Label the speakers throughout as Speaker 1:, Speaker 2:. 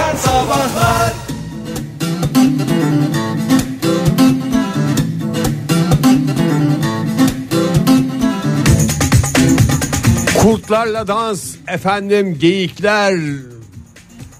Speaker 1: sabahlar
Speaker 2: Kurtlarla dans efendim geyikler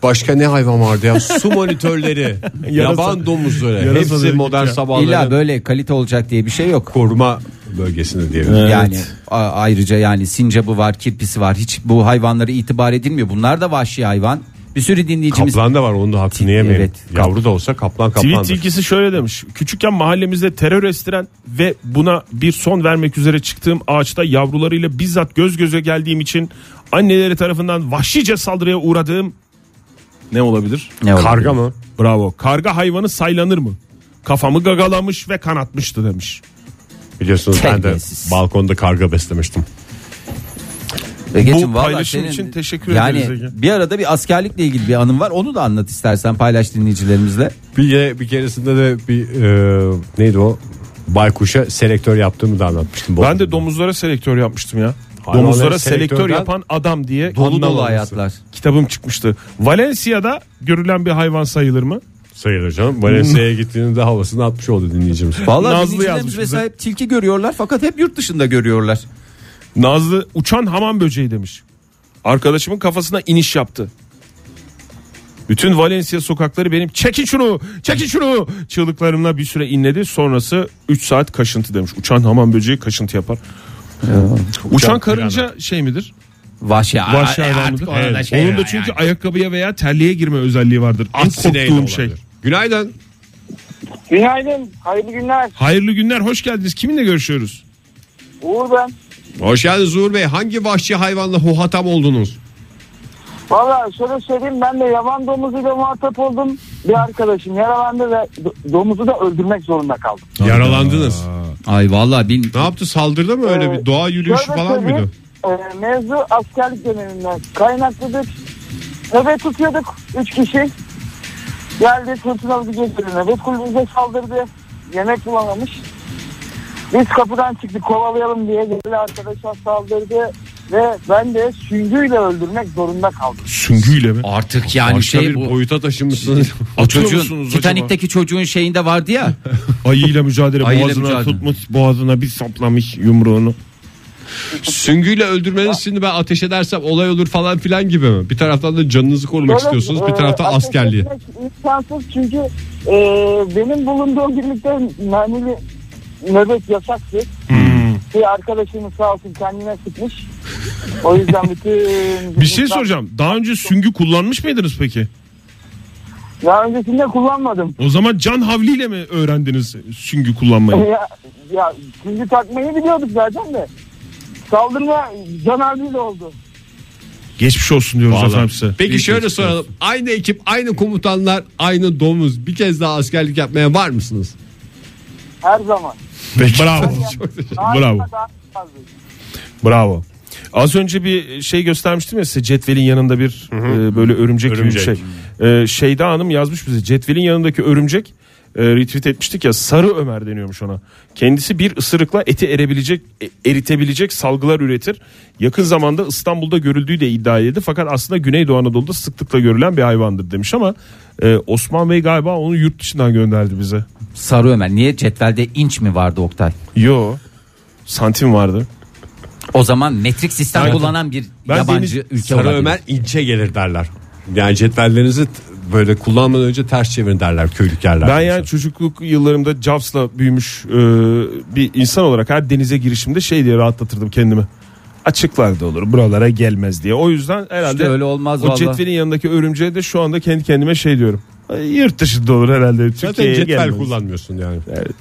Speaker 2: Başka ne hayvan vardı ya? Su monitörleri, yaban domuzları, hepsi
Speaker 3: dedik
Speaker 2: modern sabahların
Speaker 4: İlla böyle kalite olacak diye bir şey yok.
Speaker 2: koruma bölgesinde diyelim.
Speaker 4: Yani a- ayrıca yani sincabı var, kirpisi var. Hiç bu hayvanlara itibar edilmiyor. Bunlar da vahşi hayvan. Bir sürü dinleyicimiz
Speaker 2: Kaplan da var onu da hakkını yemeyelim.
Speaker 4: Evet.
Speaker 2: Yavru da olsa kaplan
Speaker 3: Tweet
Speaker 2: kaplandır.
Speaker 3: tilkisi şöyle demiş. Küçükken mahallemizde terör estiren ve buna bir son vermek üzere çıktığım ağaçta yavrularıyla bizzat göz göze geldiğim için anneleri tarafından vahşice saldırıya uğradığım ne olabilir?
Speaker 4: ne olabilir?
Speaker 2: Karga mı?
Speaker 3: Bravo. Karga hayvanı saylanır mı? Kafamı gagalamış ve kanatmıştı demiş.
Speaker 2: Biliyorsunuz ben de
Speaker 4: Terbiyesiz.
Speaker 2: balkonda karga beslemiştim.
Speaker 4: Ege'cim,
Speaker 3: Bu
Speaker 4: valla
Speaker 3: paylaşım
Speaker 4: E, senin-
Speaker 3: için teşekkür
Speaker 4: yani
Speaker 3: ederiz Ege.
Speaker 4: bir arada bir askerlikle ilgili bir anım var. Onu da anlat istersen paylaş dinleyicilerimizle.
Speaker 2: Bir, ye- bir keresinde de bir e, neydi o? Baykuşa selektör yaptığımı da anlatmıştım.
Speaker 3: Ben de domuzlara selektör yapmıştım ya.
Speaker 2: Hayvanlara
Speaker 3: domuzlara selektör
Speaker 2: selektörden
Speaker 3: yapan adam diye
Speaker 4: Dolu
Speaker 3: anlam
Speaker 4: dolu
Speaker 3: alması.
Speaker 4: hayatlar.
Speaker 3: Kitabım çıkmıştı. Valencia'da görülen bir hayvan sayılır mı?
Speaker 2: Sayılır canım. Valencia'ya gittiğinde havasını atmış oldu dinleyicimiz.
Speaker 4: Vallahi
Speaker 3: Nazlı
Speaker 4: dinleyicilerimiz
Speaker 3: yazmış
Speaker 4: mesela
Speaker 3: bize.
Speaker 4: hep tilki görüyorlar fakat hep yurt dışında görüyorlar.
Speaker 3: Nazlı uçan hamam böceği demiş. Arkadaşımın kafasına iniş yaptı. Bütün Valencia sokakları benim çekin şunu çekin şunu çığlıklarımla bir süre inledi. Sonrası 3 saat kaşıntı demiş. Uçan hamam böceği kaşıntı yapar. Ee, Uçan, karınca şey midir?
Speaker 4: Vahşi,
Speaker 3: Vahşi
Speaker 4: Aa,
Speaker 3: hayvan
Speaker 4: artık
Speaker 3: mıdır?
Speaker 4: ona da
Speaker 3: Evet.
Speaker 4: şey
Speaker 3: Onun da
Speaker 4: var
Speaker 3: çünkü
Speaker 4: yani.
Speaker 3: ayakkabıya veya terliğe girme özelliği vardır. En
Speaker 2: Sineği de
Speaker 3: korktuğum şey.
Speaker 2: olabilir. Günaydın.
Speaker 5: Günaydın, hayırlı günler.
Speaker 3: Hayırlı günler hoş geldiniz. Kiminle görüşüyoruz?
Speaker 5: Uğur ben.
Speaker 2: Hoş geldiniz Uğur Bey. Hangi vahşi hayvanla huhatam oldunuz?
Speaker 5: Valla şöyle söyleyeyim ben de yaban domuzuyla muhatap oldum. Bir arkadaşım yaralandı ve do- domuzu da öldürmek zorunda kaldım.
Speaker 2: Yaralandınız.
Speaker 4: Ay vallahi bin,
Speaker 2: Ne yaptı saldırdı mı öyle
Speaker 5: Ee,
Speaker 2: bir doğa yürüyüşü
Speaker 5: şöyle
Speaker 2: falan
Speaker 5: söyleyeyim,
Speaker 2: mıydı?
Speaker 5: e, mevzu askerlik döneminden kaynaklıdır. Nöbet tutuyorduk 3 kişi. Geldi fırtınalı bir gece nöbet kulübümüze saldırdı. Yemek bulamamış. Biz kapıdan çıktık kovalayalım diye geldi arkadaşlar saldırdı. Ve ben de süngüyle öldürmek zorunda kaldım.
Speaker 3: Süngüyle mi?
Speaker 4: artık yani
Speaker 2: Başka
Speaker 4: şey
Speaker 2: bir
Speaker 4: bu.
Speaker 2: boyuta taşınmışsınız.
Speaker 4: O
Speaker 3: Atıyor
Speaker 4: çocuğun
Speaker 3: musunuz acaba?
Speaker 4: Titanik'teki çocuğun şeyinde vardı ya.
Speaker 3: Ayıyla mücadele
Speaker 4: Ayıyla
Speaker 3: boğazına
Speaker 4: mücadele.
Speaker 3: tutmuş boğazına bir saplamış yumruğunu.
Speaker 2: Süngüyle öldürmeniz şimdi ben ateş edersem olay olur falan filan gibi mi? Bir taraftan da canınızı korumak istiyorsunuz bir
Speaker 5: e,
Speaker 2: taraftan
Speaker 5: ateş
Speaker 2: askerliği.
Speaker 5: etmek imkansız çünkü e, benim bulunduğum birlikte mermili nöbet yasaktı.
Speaker 3: Hmm.
Speaker 2: Hmm.
Speaker 5: Bir arkadaşımız sağ olsun kendine sıkmış. O yüzden bütün...
Speaker 3: Bir şey soracağım. Daha önce süngü kullanmış mıydınız peki?
Speaker 5: Daha öncesinde kullanmadım.
Speaker 3: O zaman can havliyle mi öğrendiniz süngü kullanmayı?
Speaker 5: ya, ya şimdi takmayı biliyorduk zaten de. Saldırma can harbiyle oldu.
Speaker 3: Geçmiş olsun diyoruz efendim size.
Speaker 2: Peki şöyle soralım. Aynı ekip, aynı komutanlar, aynı domuz. Bir kez daha askerlik yapmaya var mısınız?
Speaker 5: Her zaman.
Speaker 3: Bravo. Bravo.
Speaker 5: Daha- daha-
Speaker 3: Bravo. Az önce bir şey göstermiştim ya size cetvelin yanında bir e, böyle örümcek,
Speaker 2: Örümcek.
Speaker 3: gibi bir şey. E, Şeyda Hanım yazmış bize cetvelin yanındaki örümcek e, retweet etmiştik ya sarı Ömer deniyormuş ona. Kendisi bir ısırıkla eti erebilecek e, eritebilecek salgılar üretir. Yakın zamanda İstanbul'da görüldüğü de iddia edildi fakat aslında Güneydoğu Anadolu'da sıklıkla görülen bir hayvandır demiş ama e, Osman Bey galiba onu yurt dışından gönderdi bize.
Speaker 4: Sarı Ömer. Niye cetvelde inç mi vardı Oktay?
Speaker 3: Yo santim vardı.
Speaker 4: O zaman metrik sistem
Speaker 3: Ben-
Speaker 4: kullanan bir
Speaker 3: ben
Speaker 4: yabancı
Speaker 3: Deniz-
Speaker 4: ülke
Speaker 2: Sarı
Speaker 4: olabilir.
Speaker 2: Ömer ince gelir derler. Yani cetvellerinizi t- böyle kullanmadan önce ters çevirin derler köylük yerlerde.
Speaker 3: Ben yani çocukluk yıllarımda Jaws'la büyümüş e, bir insan olarak her denize girişimde şey diye rahatlatırdım kendimi. Açıklarda olur buralara gelmez diye. O yüzden herhalde
Speaker 4: İşte öyle olmaz
Speaker 3: o
Speaker 4: valla.
Speaker 3: cetvelin yanındaki örümceğe de şu anda kendi kendime şey diyorum. "Ay, Yurt dışında olur herhalde.
Speaker 2: Zaten
Speaker 3: Türkiye'ye
Speaker 2: cetvel
Speaker 3: gelmez.
Speaker 2: kullanmıyorsun yani.
Speaker 3: Evet.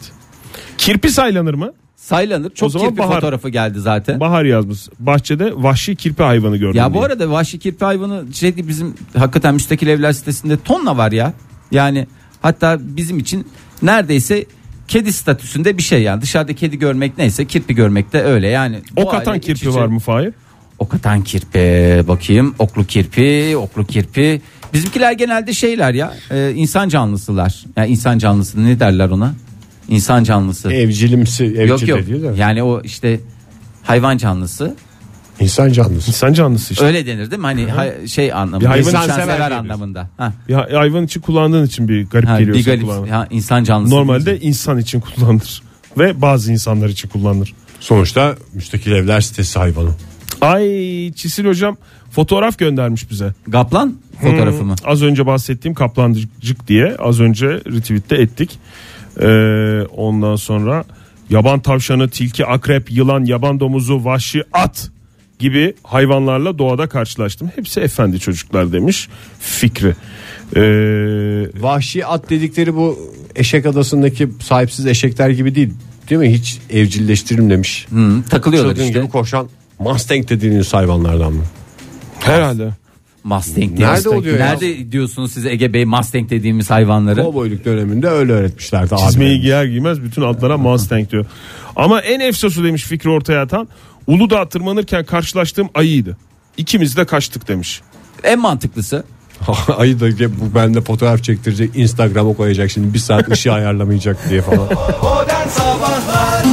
Speaker 3: Kirpi saylanır mı?
Speaker 4: Saylanır. Çok
Speaker 3: zaman
Speaker 4: kirpi
Speaker 3: bahar.
Speaker 4: fotoğrafı geldi zaten.
Speaker 3: Bahar yazmış. Bahçede vahşi kirpi hayvanı gördüm.
Speaker 4: ya bu
Speaker 3: diye.
Speaker 4: arada vahşi kirpi hayvanı şey değil, bizim hakikaten müstakil evler sitesinde tonla var ya. Yani hatta bizim için neredeyse kedi statüsünde bir şey yani. Dışarıda kedi görmek neyse kirpi görmek de öyle yani.
Speaker 3: Ok
Speaker 4: Doğayla
Speaker 3: atan
Speaker 4: iç
Speaker 3: kirpi
Speaker 4: içe.
Speaker 3: var mı Fahir?
Speaker 4: Ok atan kirpi bakayım. Oklu kirpi, oklu kirpi. Bizimkiler genelde şeyler ya e, insan canlısılar. Ya insan canlısı ne derler ona? İnsan
Speaker 2: E,
Speaker 4: canlısı.
Speaker 2: Evcilimsi, evcil
Speaker 4: yok yok.
Speaker 2: de değil de.
Speaker 4: Yani o işte hayvan canlısı.
Speaker 2: İnsan canlısı.
Speaker 3: İnsan canlısı işte.
Speaker 4: Öyle denir değil mi? Hani hay- şey anlamında.
Speaker 3: Bir hayvan
Speaker 2: sever
Speaker 4: insansever
Speaker 2: diyoruz.
Speaker 4: anlamında. Ha.
Speaker 3: Bir hay- hayvan için kullandığın için bir garip
Speaker 4: Ha,
Speaker 3: geliyor
Speaker 4: bir
Speaker 3: sana
Speaker 4: galip,
Speaker 3: kulağına.
Speaker 4: ha, insan canlısı.
Speaker 3: Normalde insan için kullanılır. Ve bazı insanlar için kullanılır.
Speaker 2: Sonuçta müstakil evler sitesi hayvanı.
Speaker 3: Ay Çisil hocam fotoğraf göndermiş bize.
Speaker 4: Gaplan fotoğrafı mı?
Speaker 3: Az önce bahsettiğim kaplancık diye az önce retweet'te ettik. Ee, ondan sonra yaban tavşanı, tilki, akrep, yılan, yaban domuzu, vahşi at gibi hayvanlarla doğada karşılaştım. Hepsi efendi çocuklar demiş Fikri. Ee,
Speaker 2: Vahşi at dedikleri bu eşek adasındaki sahipsiz eşekler gibi değil. Değil mi? Hiç evcilleştirilmemiş.
Speaker 4: Hı, takılıyorlar
Speaker 2: Çılgın
Speaker 4: işte.
Speaker 2: gibi koşan Mustang dediğiniz hayvanlardan mı?
Speaker 3: herhalde.
Speaker 4: Mustang diye.
Speaker 2: Nerede
Speaker 4: Mustang.
Speaker 2: oluyor ya?
Speaker 4: Nerede diyorsunuz size Ege Bey Mustang dediğimiz hayvanları?
Speaker 2: Kovboyluk döneminde öyle öğretmişlerdi
Speaker 3: Çizmeyi
Speaker 2: abilerimiz.
Speaker 3: giyer giymez bütün atlara Mustang diyor. Ama en efsosu demiş Fikri ortaya atan. Uludağ tırmanırken karşılaştığım ayıydı. İkimiz de kaçtık demiş.
Speaker 4: En mantıklısı.
Speaker 2: Ayı da ge- bu bende fotoğraf çektirecek Instagram'a koyacak şimdi bir saat ışığı ayarlamayacak diye falan.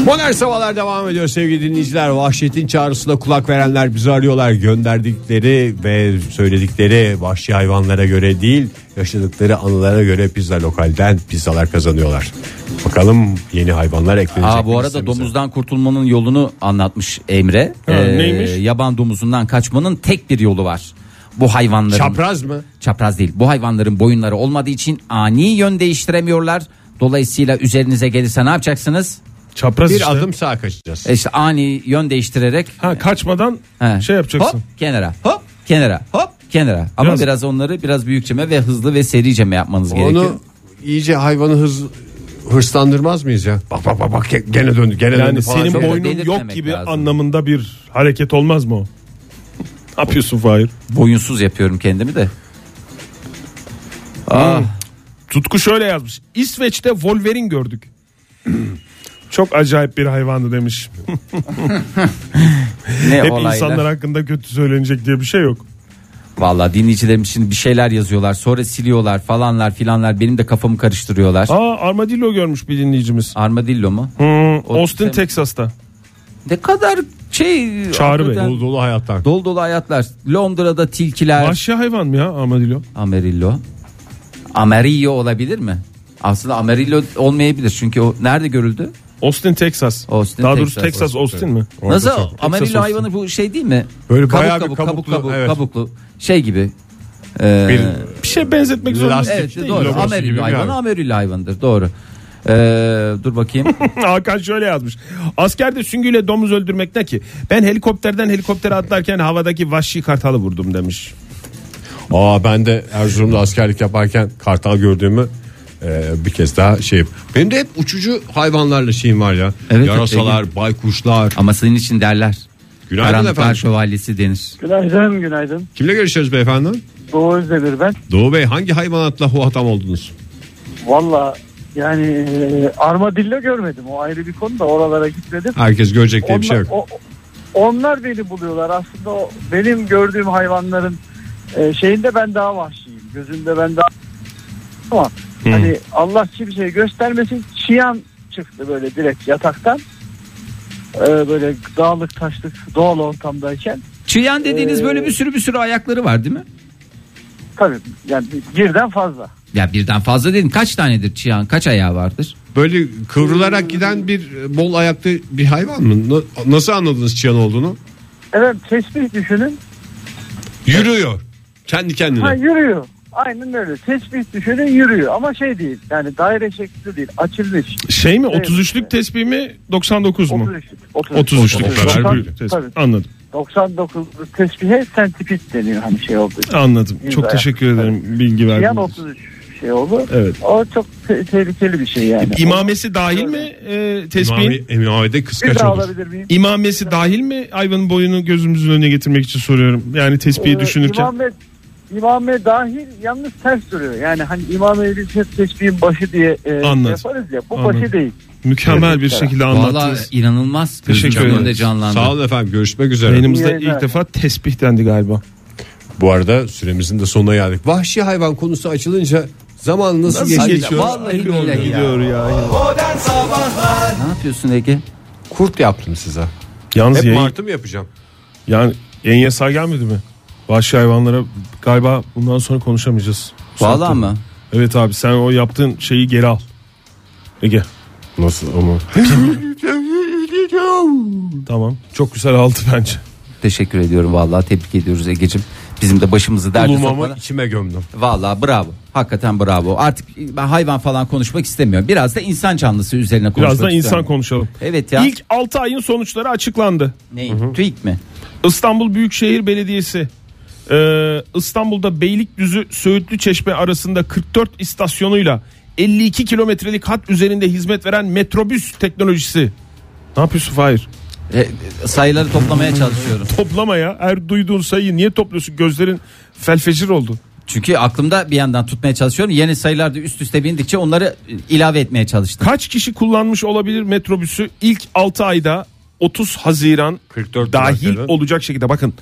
Speaker 2: Modern Sabahlar devam ediyor sevgili dinleyiciler. Vahşetin çağrısına kulak verenler bizi arıyorlar. Gönderdikleri ve söyledikleri vahşi hayvanlara göre değil yaşadıkları anılara göre pizza lokalden pizzalar kazanıyorlar. Bakalım yeni hayvanlar eklenecek.
Speaker 4: Aa, bu
Speaker 2: mi
Speaker 4: arada
Speaker 2: listemize?
Speaker 4: domuzdan kurtulmanın yolunu anlatmış Emre. Ee,
Speaker 3: Ha, neymiş?
Speaker 4: Yaban domuzundan kaçmanın tek bir yolu var. Bu hayvanların
Speaker 2: Çapraz mı?
Speaker 4: çapraz değil. Bu hayvanların boyunları olmadığı için ani yön değiştiremiyorlar. Dolayısıyla üzerinize gelirse ne yapacaksınız?
Speaker 3: Çapraz
Speaker 2: Bir
Speaker 3: işte.
Speaker 2: adım sağa kaçacağız.
Speaker 4: E İşte ani yön değiştirerek
Speaker 3: Ha kaçmadan
Speaker 4: He.
Speaker 3: şey yapacaksın.
Speaker 4: Hop kenara. Hop kenara. Hop kenara. Ama
Speaker 3: Biraz-
Speaker 4: biraz, onları biraz büyükçeme ve hızlı ve sericeme yapmanız gerekiyor.
Speaker 2: Onu iyice hayvanı hız hırslandırmaz mıyız ya? Bak bak bak bak gene döndü gene döndü
Speaker 3: Yani
Speaker 2: falan.
Speaker 3: senin
Speaker 4: çok da
Speaker 3: boynun yok
Speaker 4: belirtmemek
Speaker 3: gibi
Speaker 4: lazım.
Speaker 3: anlamında bir hareket olmaz mı o? ne yapıyorsun Fahir?
Speaker 4: Boyunsuz yapıyorum kendimi de.
Speaker 3: Tutku şöyle yazmış. İsveç'te Wolverine gördük. Çok acayip bir hayvandı demiş.
Speaker 4: Ne
Speaker 3: Hep
Speaker 4: olaylar.
Speaker 3: insanlar hakkında kötü söylenecek diye bir şey yok.
Speaker 4: Vallahi dinleyicilerimiz şimdi bir şeyler yazıyorlar. Sonra siliyorlar falanlar filanlar. Benim de kafamı karıştırıyorlar.
Speaker 3: Aa armadillo görmüş bir dinleyicimiz.
Speaker 4: Armadillo mu?
Speaker 3: Hmm, Austin
Speaker 4: Tem-
Speaker 3: Texas'ta.
Speaker 4: Ne kadar şey.
Speaker 3: Çağrı Bey,
Speaker 4: hakikaten-
Speaker 2: Dolu dolu hayattan.
Speaker 4: Dolu dolu hayatlar. Londra'da tilkiler.
Speaker 3: Vahşi hayvan mı ya armadillo?
Speaker 4: Amarillo. Amarillo olabilir mi? Aslında Amarillo olmayabilir. Çünkü o nerede görüldü?
Speaker 3: Austin Texas.
Speaker 4: Austin,
Speaker 3: Daha doğrusu
Speaker 4: Texas.
Speaker 3: Texas Austin mi?
Speaker 4: Nasıl?
Speaker 3: Orada çok- Texas
Speaker 4: Amarillo
Speaker 3: Austin.
Speaker 4: hayvanı bu şey değil mi?
Speaker 2: Böyle
Speaker 4: kabuk
Speaker 2: bayağı bir
Speaker 4: kabuk, kabuk,
Speaker 2: kabuklu,
Speaker 4: kabuk,
Speaker 2: evet.
Speaker 4: kabuklu şey gibi. Ee,
Speaker 2: Bir
Speaker 3: Bir şey benzetmek zorunda
Speaker 2: Lastik
Speaker 4: evet
Speaker 3: değil.
Speaker 4: doğru.
Speaker 3: Logosu gibi bir
Speaker 4: Amarillo hayvanı
Speaker 3: hayvan.
Speaker 4: Amarillo hayvanıdır doğru. Ee, dur bakayım.
Speaker 3: Hakan şöyle yazmış. Askerde süngüyle domuz öldürmek ne ki? Ben helikopterden helikoptere atlarken havadaki vahşi kartalı vurdum demiş.
Speaker 2: Aa ben de Erzurum'da askerlik yaparken kartal gördüğümü e, bir kez daha şeyim. Benim de hep uçucu hayvanlarla şeyim var ya.
Speaker 4: Evet,
Speaker 2: Yarasalar, baykuşlar.
Speaker 4: Ama senin için derler.
Speaker 2: Günaydın
Speaker 4: Karanlıklar
Speaker 2: efendim.
Speaker 4: şövalyesi denir.
Speaker 5: Günaydın günaydın.
Speaker 2: Kimle görüşüyoruz beyefendi?
Speaker 5: Doğu Özdemir ben.
Speaker 2: Doğu Bey hangi hayvanatla huhatam oldunuz?
Speaker 5: Valla yani e, armadillo görmedim. O ayrı bir konu da oralara gitmedim.
Speaker 2: Herkes görecek diye bir şey
Speaker 5: Onlar,
Speaker 2: yok.
Speaker 5: o- onlar beni buluyorlar. Aslında o, benim gördüğüm hayvanların e, şeyinde ben daha vahşiyim. Gözümde ben daha ama hani Allah kimseye göstermesin. Çiyan çıktı böyle direkt yataktan. E, böyle dağlık taşlık doğal ortamdayken.
Speaker 4: Çiyan dediğiniz böyle bir sürü bir sürü ayakları var değil mi?
Speaker 5: Tabii yani bir- birden fazla.
Speaker 4: Ya birden fazla dedin. Kaç tanedir çiyan? Kaç ayağı vardır?
Speaker 2: Böyle kıvrılarak giden bir e, bol ayaklı bir hayvan mı? Na- Nasıl anladınız çıyan olduğunu?
Speaker 5: Evet tesbih düşünün.
Speaker 2: Yürüyor. Kendi kendine.
Speaker 5: Ha, yürüyor. Aynen öyle. Tesbih düşünün yürüyor. Ama şey değil. Yani daire şeklinde değil. Açılmış.
Speaker 3: Şey mi
Speaker 5: Evet.
Speaker 3: 33'lük tespih mi 99 mu?
Speaker 5: 33.
Speaker 3: 33'lük
Speaker 2: Otuz üç.
Speaker 3: kadar
Speaker 2: Tabii,
Speaker 3: büyük tespih.
Speaker 5: tabii.
Speaker 3: Anladım.
Speaker 5: 99 teşbihe sentipit deniyor hani şey oldu.
Speaker 3: Anladım.
Speaker 5: Yüz
Speaker 3: Çok
Speaker 5: ayak.
Speaker 3: teşekkür ederim bilgi
Speaker 5: Yan
Speaker 3: verdiğiniz için.
Speaker 5: 33 şey oldu.
Speaker 3: Evet.
Speaker 5: O çok te- tehlikeli bir şey yani.
Speaker 3: İmamesi dahil mi e, tespihin?
Speaker 2: İmami, İmami'de
Speaker 5: bir
Speaker 2: kıskaç
Speaker 5: daha
Speaker 2: olur.
Speaker 5: alabilir miyim?
Speaker 3: İmamesi dahil mi hayvanın boyunu gözümüzün önüne getirmek için soruyorum. Yani tespihi
Speaker 5: Ee,
Speaker 3: düşünürken.
Speaker 5: İmame, imame dahil yalnız ters duruyor. Yani hani imame biz hep teşbihin başı diye e,
Speaker 3: Anladım.
Speaker 5: yaparız ya. Bu
Speaker 3: Anladım.
Speaker 5: başı değil.
Speaker 3: Mükemmel
Speaker 5: Evet,
Speaker 3: bir
Speaker 5: evet.
Speaker 3: şekilde
Speaker 4: Valla
Speaker 3: anlattınız.
Speaker 4: inanılmaz.
Speaker 3: Teşekkür
Speaker 4: Gözümün
Speaker 3: ederim.
Speaker 4: önünde canlandı.
Speaker 2: Sağ olun efendim görüşmek üzere.
Speaker 3: Yayınımızda
Speaker 5: İyi
Speaker 3: ilk
Speaker 5: yayınlar.
Speaker 3: defa tespih dendi galiba.
Speaker 2: Bu arada süremizin de sonuna geldik. Vahşi hayvan konusu açılınca zaman nasıl,
Speaker 4: Ay,
Speaker 2: geçiyor?
Speaker 3: geçiyor?
Speaker 4: Vallahi billahi ya.
Speaker 3: Gidiyor ya.
Speaker 4: Ne yapıyorsun Ege?
Speaker 2: Kurt yaptım size.
Speaker 3: Yalnız
Speaker 2: Hep
Speaker 3: yayın,
Speaker 2: martı mı yapacağım?
Speaker 3: Yani en yasağı gelmedi mi? Vahşi hayvanlara galiba bundan sonra konuşamayacağız.
Speaker 4: Vallahi mı?
Speaker 3: Evet abi sen o yaptığın şeyi geri al. Ege.
Speaker 2: Nasıl ama?
Speaker 3: Tamam. Çok güzel aldı bence.
Speaker 4: Teşekkür ediyorum vallahi tebrik ediyoruz Ege'cim. Bizim de başımızı derde
Speaker 2: Bulmamı
Speaker 4: sokmana.
Speaker 2: içime gömdüm.
Speaker 4: Vallahi bravo. Hakikaten bravo. Artık ben hayvan falan konuşmak istemiyorum. Biraz da insan canlısı üzerine konuşmak
Speaker 3: Biraz da insan
Speaker 4: istiyorum.
Speaker 3: konuşalım.
Speaker 4: Evet ya.
Speaker 3: İlk 6 ayın sonuçları açıklandı.
Speaker 4: Neyin? TÜİK mi?
Speaker 3: İstanbul Büyükşehir Belediyesi e, İstanbul'da Beylikdüzü Söğütlü Çeşme arasında 44 istasyonuyla 52 kilometrelik hat üzerinde hizmet veren metrobüs teknolojisi. Ne yapıyorsun Fahir?
Speaker 4: E, sayıları toplamaya çalışıyorum.
Speaker 3: Toplama ya. Her duyduğun sayıyı niye topluyorsun? Gözlerin felfecir oldu.
Speaker 4: Çünkü aklımda bir yandan tutmaya çalışıyorum. Yeni sayılar da üst üste bindikçe onları e, ilave etmeye çalıştım.
Speaker 3: Kaç kişi kullanmış olabilir metrobüsü? İlk 6 ayda 30 Haziran
Speaker 2: 44
Speaker 3: dahil
Speaker 2: dakikada.
Speaker 3: olacak şekilde bakın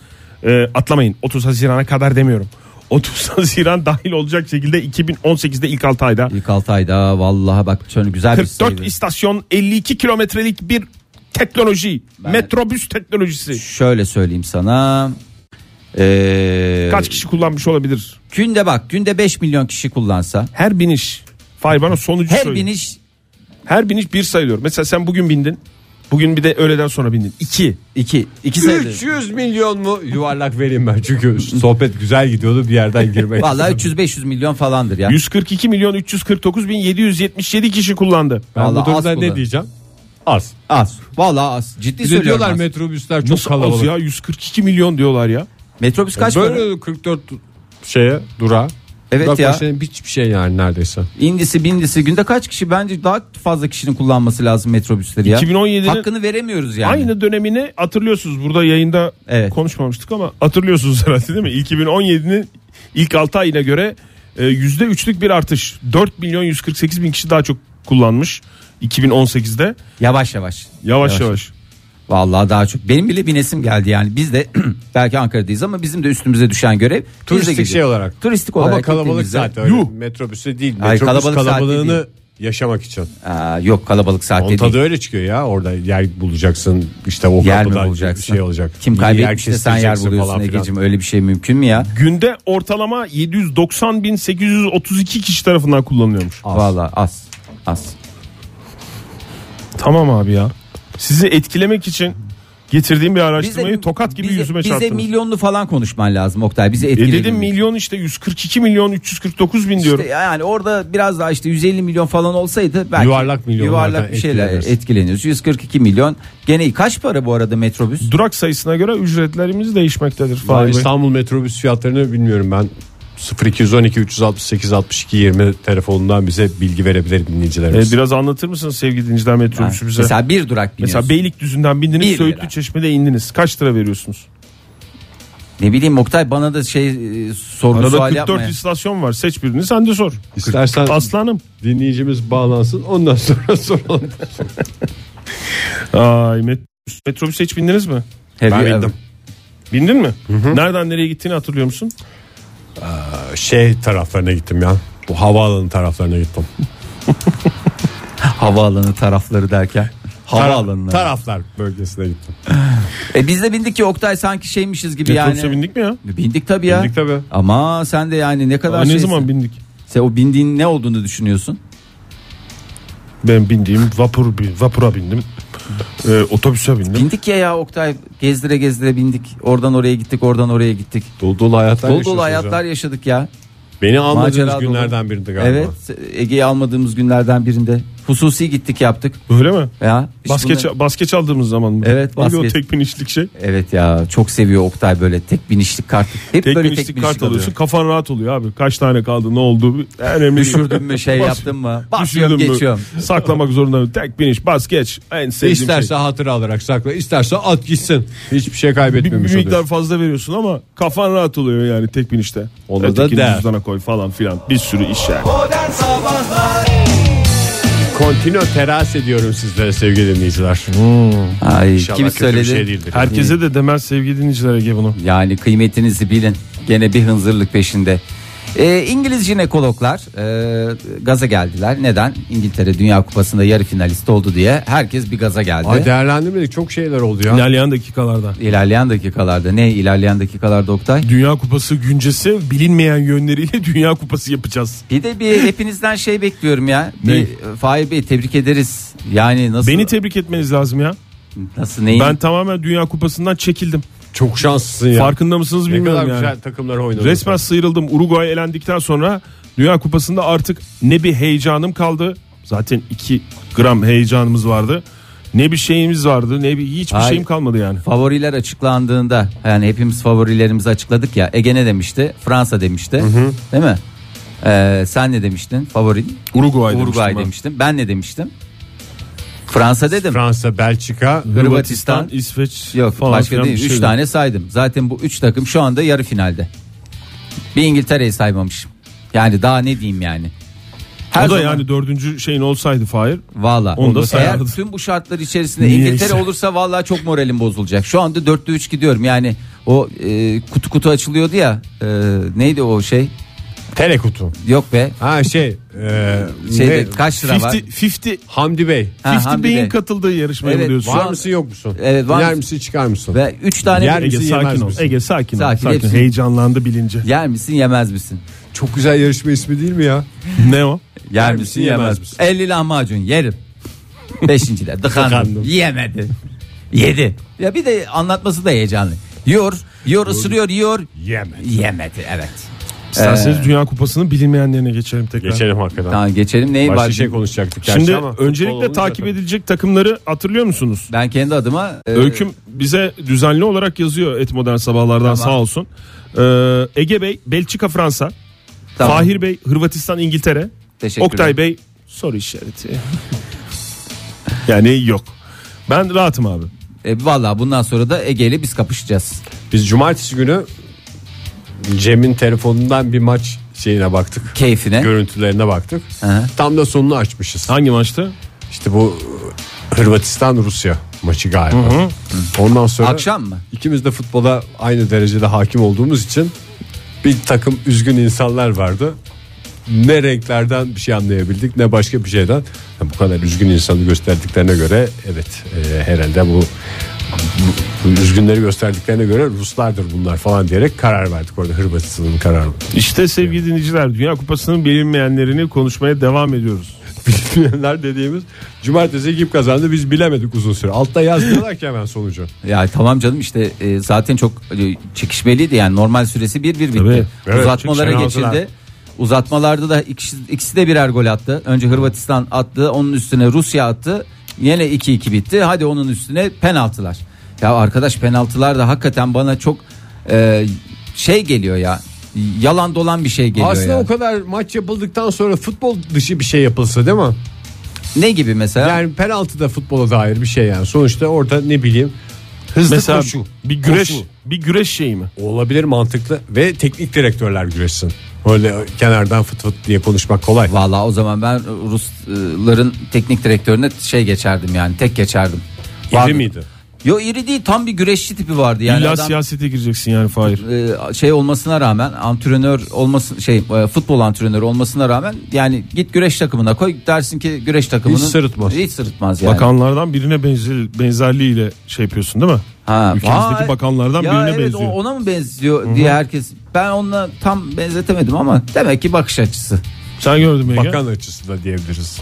Speaker 3: e, atlamayın 30 Haziran'a kadar demiyorum. 30 Haziran dahil olacak şekilde 2018'de ilk 6 ayda
Speaker 4: İlk 6 ayda vallahi bak şöyle güzel bir
Speaker 3: 44
Speaker 4: sayı.
Speaker 3: istasyon 52 kilometrelik bir teknoloji metrobüs teknolojisi
Speaker 4: Şöyle söyleyeyim sana. Ee,
Speaker 3: kaç kişi kullanmış olabilir
Speaker 4: Günde bak günde 5 milyon kişi kullansa.
Speaker 3: her biniş Fay bana sonucu
Speaker 4: Her
Speaker 3: söyle.
Speaker 4: biniş
Speaker 3: her biniş bir sayılıyor mesela sen bugün bindin bugün bir de öğleden sonra bindin 2
Speaker 4: 2. 2 sayılır.
Speaker 2: 300 milyon mu? Yuvarlak vereyim ben çünkü sohbet güzel gidiyordu bir yerden girmeye.
Speaker 4: Vallahi 300-500 milyon falandır ya.
Speaker 3: 142 milyon 349 bin 777 kişi kullandı
Speaker 2: Ben bu
Speaker 4: Vallahi az
Speaker 2: durumda ne
Speaker 4: kullanıyor.
Speaker 2: diyeceğim? Az.
Speaker 4: Az. Vallahi az. Ciddi
Speaker 2: Bir de
Speaker 4: söylüyorum.
Speaker 2: diyorlar
Speaker 4: az.
Speaker 2: metrobüsler çok
Speaker 3: Nasıl
Speaker 2: kalabalık.
Speaker 3: az ya 142 milyon diyorlar ya
Speaker 4: Metrobüs kaç
Speaker 2: Böyle
Speaker 4: para?
Speaker 2: 44 şeye dura.
Speaker 4: Evet ya.
Speaker 2: hiçbir şey yani neredeyse.
Speaker 4: İndisi bindisi günde kaç kişi? Bence daha fazla kişinin kullanması lazım metrobüsleri ya.
Speaker 3: 2017'nin
Speaker 4: Hakkını veremiyoruz yani.
Speaker 3: Aynı dönemini hatırlıyorsunuz. Burada yayında
Speaker 4: Evet.
Speaker 3: konuşmamıştık ama hatırlıyorsunuz herhalde değil mi? 2017'nin ilk 6 ayına göre e, %3'lük bir artış. 4 milyon 148 bin kişi daha çok kullanmış 2018'de.
Speaker 4: Yavaş yavaş.
Speaker 3: Yavaş
Speaker 2: Yavaş.
Speaker 3: yavaş.
Speaker 4: Vallahi daha çok. Benim bile binesim geldi yani. Biz de belki Ankara'dayız ama bizim de üstümüze düşen görev. biz de
Speaker 2: Turistik
Speaker 4: gidiyoruz.
Speaker 2: şey olarak.
Speaker 4: Turistik olarak.
Speaker 2: Ama kalabalık
Speaker 4: gittiğimizde-
Speaker 2: zaten öyle.
Speaker 3: Yuh.
Speaker 2: Metrobüse değil.
Speaker 4: Hayır,
Speaker 2: Metrobüs
Speaker 4: kalabalık saati
Speaker 2: kalabalığını yaşamak için.
Speaker 4: Aa, yok kalabalık saatte
Speaker 2: Onun
Speaker 4: değil.
Speaker 2: tadı öyle çıkıyor ya. Orada yer bulacaksın. işte o
Speaker 4: Yer
Speaker 2: kapıda
Speaker 4: mi bulacaksın?
Speaker 2: bir şey olacak.
Speaker 4: Kim
Speaker 2: Bir
Speaker 4: kaybetmişse
Speaker 2: yer
Speaker 4: sen yer
Speaker 2: kestireceksin
Speaker 4: buluyorsun
Speaker 2: falan filan.
Speaker 4: Ege'cim. Öyle bir şey mümkün mü ya?
Speaker 3: Günde ortalama 790 bin 832 kişi tarafından kullanılıyormuş.
Speaker 4: Vallahi az. Az.
Speaker 3: Tamam abi ya. Sizi etkilemek için getirdiğim bir
Speaker 4: Bize-
Speaker 3: araştırmayı tokat gibi
Speaker 4: bize-
Speaker 3: yüzüme
Speaker 4: bize
Speaker 3: çarptınız.
Speaker 4: milyonlu falan konuşman lazım Oktay. Bizi
Speaker 3: E
Speaker 4: etkileyelim.
Speaker 3: dedim milyon işte 142 milyon 349 bin diyorum.
Speaker 4: İşte yani orada biraz daha işte 150 milyon falan olsaydı belki
Speaker 2: Yuvarlak milyonlardan
Speaker 4: yuvarlak bir şeyler
Speaker 2: etkilenirsin.
Speaker 4: etkileniyoruz. 142 milyon. Gene kaç para bu arada metrobüs?
Speaker 3: Durak sayısına göre ücretlerimiz değişmektedir.
Speaker 4: şey
Speaker 2: Vay
Speaker 3: Fahir Bey.
Speaker 2: İstanbul metrobüs fiyatlarını bilmiyorum ben. 0212 368 62 20 telefonundan bize bilgi verebilir
Speaker 3: Ee,
Speaker 4: E,
Speaker 2: dinleyicilerimiz.
Speaker 3: biraz anlatır mısınız sevgili dinleyiciler
Speaker 4: Ha,
Speaker 3: metrobüsü bize? Mesela,
Speaker 4: Mesela bir durak biniyorsun.
Speaker 3: Beylikdüzü'nden bindiniz
Speaker 4: Bir
Speaker 3: Söğütlü
Speaker 4: lira.
Speaker 3: Çeşme'de indiniz. Kaç lira veriyorsunuz?
Speaker 4: Ne bileyim Oktay bana da şey e, sorgu
Speaker 3: Arada
Speaker 4: sual
Speaker 3: 44
Speaker 4: yapma. ya.
Speaker 3: istasyon var. Seç birini sen de sor.
Speaker 2: İstersen
Speaker 3: Aslanım.
Speaker 2: dinleyicimiz bağlansın ondan sonra soralım.
Speaker 3: Ay met- metrobüse hiç bindiniz mi?
Speaker 4: Have
Speaker 2: Ben
Speaker 4: you
Speaker 2: bindim.
Speaker 4: ever-
Speaker 3: Bindin mi? Nereden nereye gittiğini hatırlıyor musun?
Speaker 2: Şey taraflarına gittim ya. Bu havaalanı taraflarına gittim.
Speaker 4: Havaalanı tarafları derken. Havaalanı.
Speaker 2: Taraflar bölgesine gittim.
Speaker 4: E biz de bindik ki Oktay sanki şeymişiz gibi
Speaker 3: Metrobüse
Speaker 4: yani.
Speaker 3: bindik mi ya?
Speaker 4: Bindik tabii ya.
Speaker 2: Bindik tabii.
Speaker 4: Ama sen de yani ne kadar
Speaker 3: Aa, ne
Speaker 4: şeysin.
Speaker 3: zaman bindik?
Speaker 4: Sen o bindiğin ne olduğunu düşünüyorsun.
Speaker 3: Ben bindiğim vapur bin- vapura bindim. Ee, otobüse bindim.
Speaker 4: Bindik ya ya Oktay gezdire gezdire bindik. Oradan oraya gittik, oradan oraya gittik.
Speaker 2: Dolu dolu hayatlar
Speaker 4: Dolu
Speaker 2: yaşıyorsunuz
Speaker 4: dolu hayatlar
Speaker 2: ya.
Speaker 4: yaşadık ya.
Speaker 2: Beni almadığınız
Speaker 4: Macera dolu.
Speaker 2: günlerden biriydi galiba.
Speaker 4: Evet, Ege'yi almadığımız günlerden birinde hususi gittik yaptık.
Speaker 3: Öyle mi?
Speaker 4: Ya Biz
Speaker 3: Basket,
Speaker 4: bunu-
Speaker 3: basket çaldığımız zaman mı?
Speaker 4: Evet,
Speaker 3: Böyle o
Speaker 4: basket.
Speaker 3: tek binişlik şey.
Speaker 4: Evet ya çok seviyor Oktay böyle tek binişlik kart. Hep
Speaker 3: Tek
Speaker 4: böyle
Speaker 3: binişlik
Speaker 4: tek binişlik
Speaker 3: kart alıyorsun.
Speaker 4: alıyorsun.
Speaker 3: Kafan rahat oluyor abi. Kaç tane kaldı ne oldu? Önemli değil.
Speaker 4: Düşürdün mü şey
Speaker 3: Bas-
Speaker 4: yaptın mı? Basıyorum
Speaker 3: Düşürdün mü?
Speaker 4: geçiyorum.
Speaker 3: Saklamak zorunda. Tek biniş bas geç. En sevdiğim
Speaker 2: İsterse
Speaker 3: şey.
Speaker 2: hatıra alarak sakla, isterse at gitsin. Hiçbir şey
Speaker 3: Bir, bir
Speaker 2: kaybetmemiş
Speaker 3: miktar
Speaker 2: oluyorsun.
Speaker 3: fazla veriyorsun ama kafan rahat oluyor yani tek binişte.
Speaker 2: Ona da
Speaker 3: Ötekini
Speaker 2: değer.
Speaker 3: cüzdana koy falan filan. Bir sürü iş yani.
Speaker 2: Kontino teras ediyorum sizlere sevgili dinleyiciler.
Speaker 4: Ay
Speaker 2: İnşallah
Speaker 4: kim
Speaker 2: kötü bir
Speaker 4: söyledi?
Speaker 2: şey değildir.
Speaker 3: Herkese de demez sevgili dinleyiciler Ege bunu.
Speaker 4: Yani kıymetinizi bilin. Gene bir hınzırlık peşinde. Ee, İngiliz jinekologlar e, gaza geldiler. Neden? İngiltere Dünya Kupası'nda yarı finalist oldu diye herkes bir gaza geldi.
Speaker 2: Ay değerlendirmedik çok şeyler oldu ya.
Speaker 3: İlerleyen dakikalarda.
Speaker 4: İlerleyen dakikalarda ne ilerleyen dakikalarda Oktay?
Speaker 3: Dünya Kupası güncesi bilinmeyen yönleriyle Dünya Kupası yapacağız.
Speaker 4: Bir de bir hepinizden şey bekliyorum ya. Bir e, Fahir Bey tebrik ederiz. Yani nasıl
Speaker 3: Beni tebrik etmeniz lazım ya.
Speaker 4: nasıl neyin?
Speaker 3: Ben tamamen Dünya Kupası'ndan çekildim.
Speaker 2: Çok şanslısın ya.
Speaker 3: Farkında mısınız
Speaker 2: ne kadar
Speaker 3: bilmiyorum yani.
Speaker 2: güzel takımlar oynadın.
Speaker 3: Resmen sıyrıldım. Uruguay elendikten sonra Dünya Kupası'nda artık ne bir heyecanım kaldı. Zaten 2 gram heyecanımız vardı. Ne bir şeyimiz vardı, ne bir hiçbir
Speaker 4: Hayır.
Speaker 3: şeyim kalmadı yani.
Speaker 4: Favoriler açıklandığında yani hepimiz favorilerimizi açıkladık ya. Ege ne demişti? Fransa demişti. Değil mi? Ee, sen ne demiştin? Favorin? Uruguay
Speaker 3: Uruguay, demiştim ben.
Speaker 4: demiştim. Ben ne demiştim? Fransa dedim.
Speaker 2: Fransa, Belçika.
Speaker 4: Hırvatistan.
Speaker 3: İsveç
Speaker 4: Yok
Speaker 3: falan
Speaker 4: başka
Speaker 3: filan
Speaker 4: değil.
Speaker 3: bir
Speaker 4: üç
Speaker 3: şeydi.
Speaker 4: tane saydım. Zaten bu üç takım şu anda yarı finalde. Bir İngiltere'yi saymamışım. Yani daha ne diyeyim yani.
Speaker 3: o da
Speaker 4: zaman-
Speaker 3: yani dördüncü şeyin olsaydı Fahir.
Speaker 4: Valla.
Speaker 3: Onu da
Speaker 4: Eğer
Speaker 3: sayardım.
Speaker 4: tüm bu şartlar içerisinde
Speaker 3: Niyeyse.
Speaker 4: İngiltere olursa valla çok moralim bozulacak. Şu anda 4'te 3 gidiyorum. Yani o e, kutu kutu açılıyordu ya. e, neydi o şey?
Speaker 2: Telekutu.
Speaker 4: Yok be.
Speaker 2: Ha şey. e,
Speaker 4: Şeyde
Speaker 2: ne?
Speaker 4: kaç lira var?
Speaker 3: 50, 50,
Speaker 2: Hamdi Bey.
Speaker 4: Ha,
Speaker 3: 50
Speaker 4: Hamdi
Speaker 3: Bey'in
Speaker 4: Bey.
Speaker 3: katıldığı yarışmaya
Speaker 4: Evet,
Speaker 3: mı diyorsun?
Speaker 4: var
Speaker 2: Var mısın yok musun?
Speaker 4: Evet, var
Speaker 2: İner
Speaker 4: mısın?
Speaker 2: misin çıkar mısın?
Speaker 4: Ve 3 tane
Speaker 2: Yer-
Speaker 4: yer,
Speaker 3: Ege
Speaker 2: Bizi
Speaker 3: sakin
Speaker 2: yemez
Speaker 3: ol.
Speaker 2: misin?
Speaker 3: Ege sakin,
Speaker 4: Sakin,
Speaker 3: ol. Sakin.
Speaker 4: hepsi-
Speaker 3: Heyecanlandı bilince.
Speaker 4: misin yemez misin?
Speaker 2: Çok güzel yarışma ismi değil mi ya?
Speaker 3: ne o?
Speaker 4: Yer,
Speaker 2: misin,
Speaker 4: misin
Speaker 2: yemez
Speaker 4: yemez
Speaker 2: misin?
Speaker 4: misin? 50 lahmacun yerim. Beşinciler dıkandım.
Speaker 2: Dıkandım.
Speaker 4: Yemedi. Yedi. Ya bir de anlatması da heyecanlı. Yiyor, yiyor, ısırıyor, yiyor.
Speaker 2: Yemen.
Speaker 4: Yemedi evet.
Speaker 3: İsterseniz Dünya Kupası'nın bilinmeyenlerine geçelim tekrar.
Speaker 2: Ee, Geçelim hakikaten.
Speaker 4: Tamam geçelim neyi
Speaker 2: Başka
Speaker 4: var?
Speaker 2: şey konuşacaktık. gerçi
Speaker 3: Şimdi
Speaker 2: ama futbol
Speaker 3: öncelikle
Speaker 2: olunca
Speaker 3: takip
Speaker 2: tabii.
Speaker 3: edilecek takımları hatırlıyor musunuz?
Speaker 4: Ben kendi adıma e,
Speaker 3: Öyküm bize düzenli olarak yazıyor et modern sabahlardan sağ olsun. Ee, Ege Bey Belçika Fransa,
Speaker 4: tamam.
Speaker 3: Fahir Bey Hırvatistan İngiltere,
Speaker 4: Teşekkürler.
Speaker 3: Oktay Bey soru işareti. yani yok. Ben rahatım abi.
Speaker 4: E, Valla bundan sonra da Ege ile biz kapışacağız.
Speaker 2: Biz cumartesi günü Cem'in telefonundan bir maç şeyine baktık.
Speaker 4: Keyfine.
Speaker 2: Görüntülerine baktık.
Speaker 4: Hı.
Speaker 2: Tam da sonunu açmışız.
Speaker 3: Hangi maçtı?
Speaker 2: İşte bu Hırvatistan Rusya maçı galiba. Ondan sonra
Speaker 4: Akşam mı?
Speaker 2: ikimiz de futbola aynı derecede hakim olduğumuz için bir takım üzgün insanlar vardı. Ne renklerden bir şey anlayabildik ne başka bir şeyden. Yani bu kadar üzgün insanı gösterdiklerine göre evet e, herhalde bu, bu üzgünleri gösterdiklerine göre Ruslardır bunlar falan diyerek karar verdik orada Hırvatistan'ın kararı.
Speaker 3: İşte sevgili dinleyiciler Dünya Kupası'nın bilinmeyenlerini konuşmaya devam ediyoruz.
Speaker 2: Bilinmeyenler dediğimiz cumartesi ekip kazandı biz bilemedik uzun süre. Altta yazdılar ki hemen sonucu.
Speaker 4: Ya tamam canım işte e, zaten çok e, çekişmeliydi yani normal süresi 1-1 bitti.
Speaker 3: Tabii,
Speaker 2: evet,
Speaker 4: Uzatmalara
Speaker 2: çekişen
Speaker 4: geçildi. Uzatmalarda da ikisi, ikisi de birer gol attı. Önce Hırvatistan attı, onun üstüne Rusya attı. Yine 2-2 bitti. Hadi onun üstüne penaltılar. Ya arkadaş penaltılar da hakikaten bana çok e, şey geliyor ya. Yalan dolan bir şey geliyor
Speaker 2: Aslında
Speaker 4: ya.
Speaker 2: o kadar maç yapıldıktan sonra futbol dışı bir şey yapılsa değil mi?
Speaker 4: Ne gibi mesela?
Speaker 2: Yani penaltı da futbola dair bir şey yani. Sonuçta orada ne bileyim hızlı
Speaker 3: Mesela
Speaker 2: koşu.
Speaker 3: bir güreş,
Speaker 2: Koşu.
Speaker 3: bir güreş şeyi mi?
Speaker 2: Olabilir mantıklı ve teknik direktörler güreşsin. Öyle kenardan fıt fıt diye konuşmak kolay.
Speaker 4: Vallahi o zaman ben Rusların teknik direktörüne şey geçerdim yani tek geçerdim.
Speaker 2: İri miydi?
Speaker 4: Yo iri değil tam bir güreşçi tipi vardı yani.
Speaker 3: İlla
Speaker 4: adam,
Speaker 3: siyasete gireceksin yani Fahir.
Speaker 4: e, şey olmasına rağmen antrenör olması şey e, futbol antrenörü olmasına rağmen yani git güreş takımına koy dersin ki güreş takımının
Speaker 2: sırıtmaz.
Speaker 4: Hiç sırıtmaz yani.
Speaker 3: Bakanlardan birine benzer, benzerliğiyle şey yapıyorsun değil mi?
Speaker 4: Ha,
Speaker 3: Ülkemizdeki
Speaker 4: aa,
Speaker 3: bakanlardan
Speaker 4: ya
Speaker 3: birine
Speaker 4: evet,
Speaker 3: benziyor.
Speaker 4: o- ona mı benziyor diye herkes ben onunla tam benzetemedim ama demek ki bakış açısı.
Speaker 3: Sen gördün mü Ege?
Speaker 2: Bakan açısı da diyebiliriz.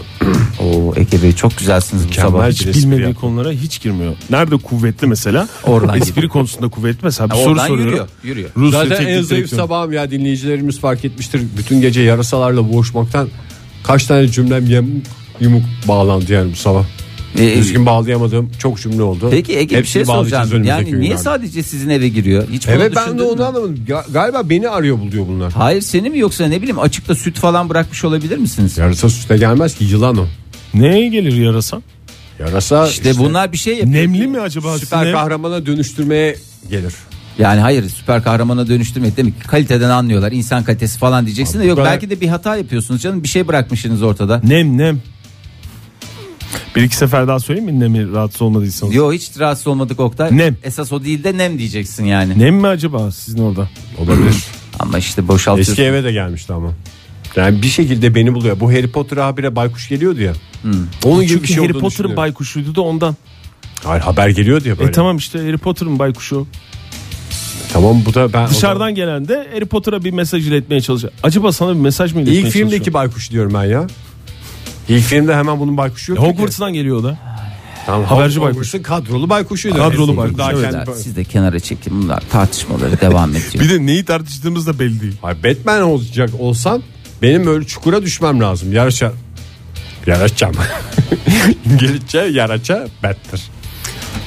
Speaker 4: Oo Ege Bey çok güzelsiniz bu sabah.
Speaker 2: Mükemmel.
Speaker 3: hiç
Speaker 2: espri
Speaker 3: bilmediği
Speaker 2: yapma.
Speaker 3: konulara hiç girmiyor. Nerede kuvvetli mesela?
Speaker 4: Oradan
Speaker 3: Espri
Speaker 4: gidiyor.
Speaker 3: konusunda kuvvetli mesela. Bir
Speaker 4: Ya
Speaker 3: soru
Speaker 4: oradan
Speaker 3: soruyorum.
Speaker 4: yürüyor, yürüyor.
Speaker 3: Rusya
Speaker 2: Zaten
Speaker 3: teknik
Speaker 2: en zayıf
Speaker 3: direktörü.
Speaker 2: sabahım ya dinleyicilerimiz fark etmiştir. Bütün gece yarasalarla boğuşmaktan kaç tane cümlem yamuk, yumuk bağlandı yani bu sabah.
Speaker 4: Ee,
Speaker 2: Düzgün bağlayamadığım çok cümle oldu.
Speaker 4: Peki Ege bir
Speaker 2: Hepsini
Speaker 4: şey
Speaker 2: bağlayacağız
Speaker 4: soracağım.
Speaker 2: önümüzdeki
Speaker 4: Yani niye
Speaker 2: günlerde.
Speaker 4: sadece sizin eve giriyor? Hiç bunu
Speaker 2: Evet ben de
Speaker 4: düşündün
Speaker 2: onu
Speaker 4: mü?
Speaker 2: anlamadım. Ga- Galiba beni arıyor buluyor bunlar.
Speaker 4: Hayır seni mi yoksa ne bileyim açıkta süt falan bırakmış olabilir misiniz?
Speaker 2: Yarasa süte gelmez ki yılan o.
Speaker 3: Neye gelir
Speaker 4: E,
Speaker 3: yarasa?
Speaker 2: Yarasa
Speaker 4: işte,
Speaker 2: işte,
Speaker 4: bunlar bir şey yapıyor.
Speaker 3: Nemli mi acaba?
Speaker 2: süper
Speaker 3: Nem-
Speaker 2: kahramana dönüştürmeye gelir.
Speaker 4: Yani hayır süper kahramana dönüştürmek demek ki kaliteden anlıyorlar. İnsan kalitesi falan diyeceksin de yok
Speaker 3: ben-
Speaker 4: belki de bir hata yapıyorsunuz canım bir şey bırakmışsınız ortada.
Speaker 3: Nem nem. Bir iki sefer daha söyleyeyim mi nemi rahatsız olmadıysanız?
Speaker 4: Yok hiç rahatsız olmadık Oktay.
Speaker 3: Nem.
Speaker 4: Esas o değil de nem diyeceksin yani.
Speaker 3: Nem mi acaba sizin orada?
Speaker 2: Olabilir.
Speaker 4: Ama işte boşaltıyorsun.
Speaker 2: Eski eve de gelmişti ama. Yani bir şekilde beni buluyor. Bu Harry Potter habire baykuş geliyordu ya. Onun gibi bir şey
Speaker 3: Harry
Speaker 2: olduğunu
Speaker 3: Potter'ın
Speaker 2: düşünüyorum.
Speaker 3: baykuşuydu da ondan.
Speaker 2: Hayır haber geliyordu ya böyle.
Speaker 3: E tamam işte Harry Potter'ın baykuşu. o.
Speaker 2: Tamam bu da ben...
Speaker 3: Dışarıdan gelen de Harry Potter'a bir mesaj iletmeye çalışıyor. Acaba sana bir mesaj mı iletmeye
Speaker 2: İlk filmdeki
Speaker 3: çalışıyor?
Speaker 2: baykuş diyorum ben ya. İlk filmde hemen bunun baykuşu yok.
Speaker 3: E, Hogwarts'tan geliyor o da.
Speaker 2: Tamam,
Speaker 3: haberci
Speaker 2: Hogwarts'ın
Speaker 3: baykuş.
Speaker 2: Kadrolu baykuşuydu.
Speaker 3: Kadrolu
Speaker 2: Harry
Speaker 3: baykuş,
Speaker 2: Potter daha
Speaker 3: evet.
Speaker 2: kendi-
Speaker 4: Beyler, Siz de kenara çekin bunlar tartışmaları devam ediyor.
Speaker 3: Bir de neyi tartıştığımız da belli değil.
Speaker 2: Hayır, Batman olacak olsam benim öyle çukura düşmem lazım. Yarışa... Yarışacağım. İngilizce yaraça battır.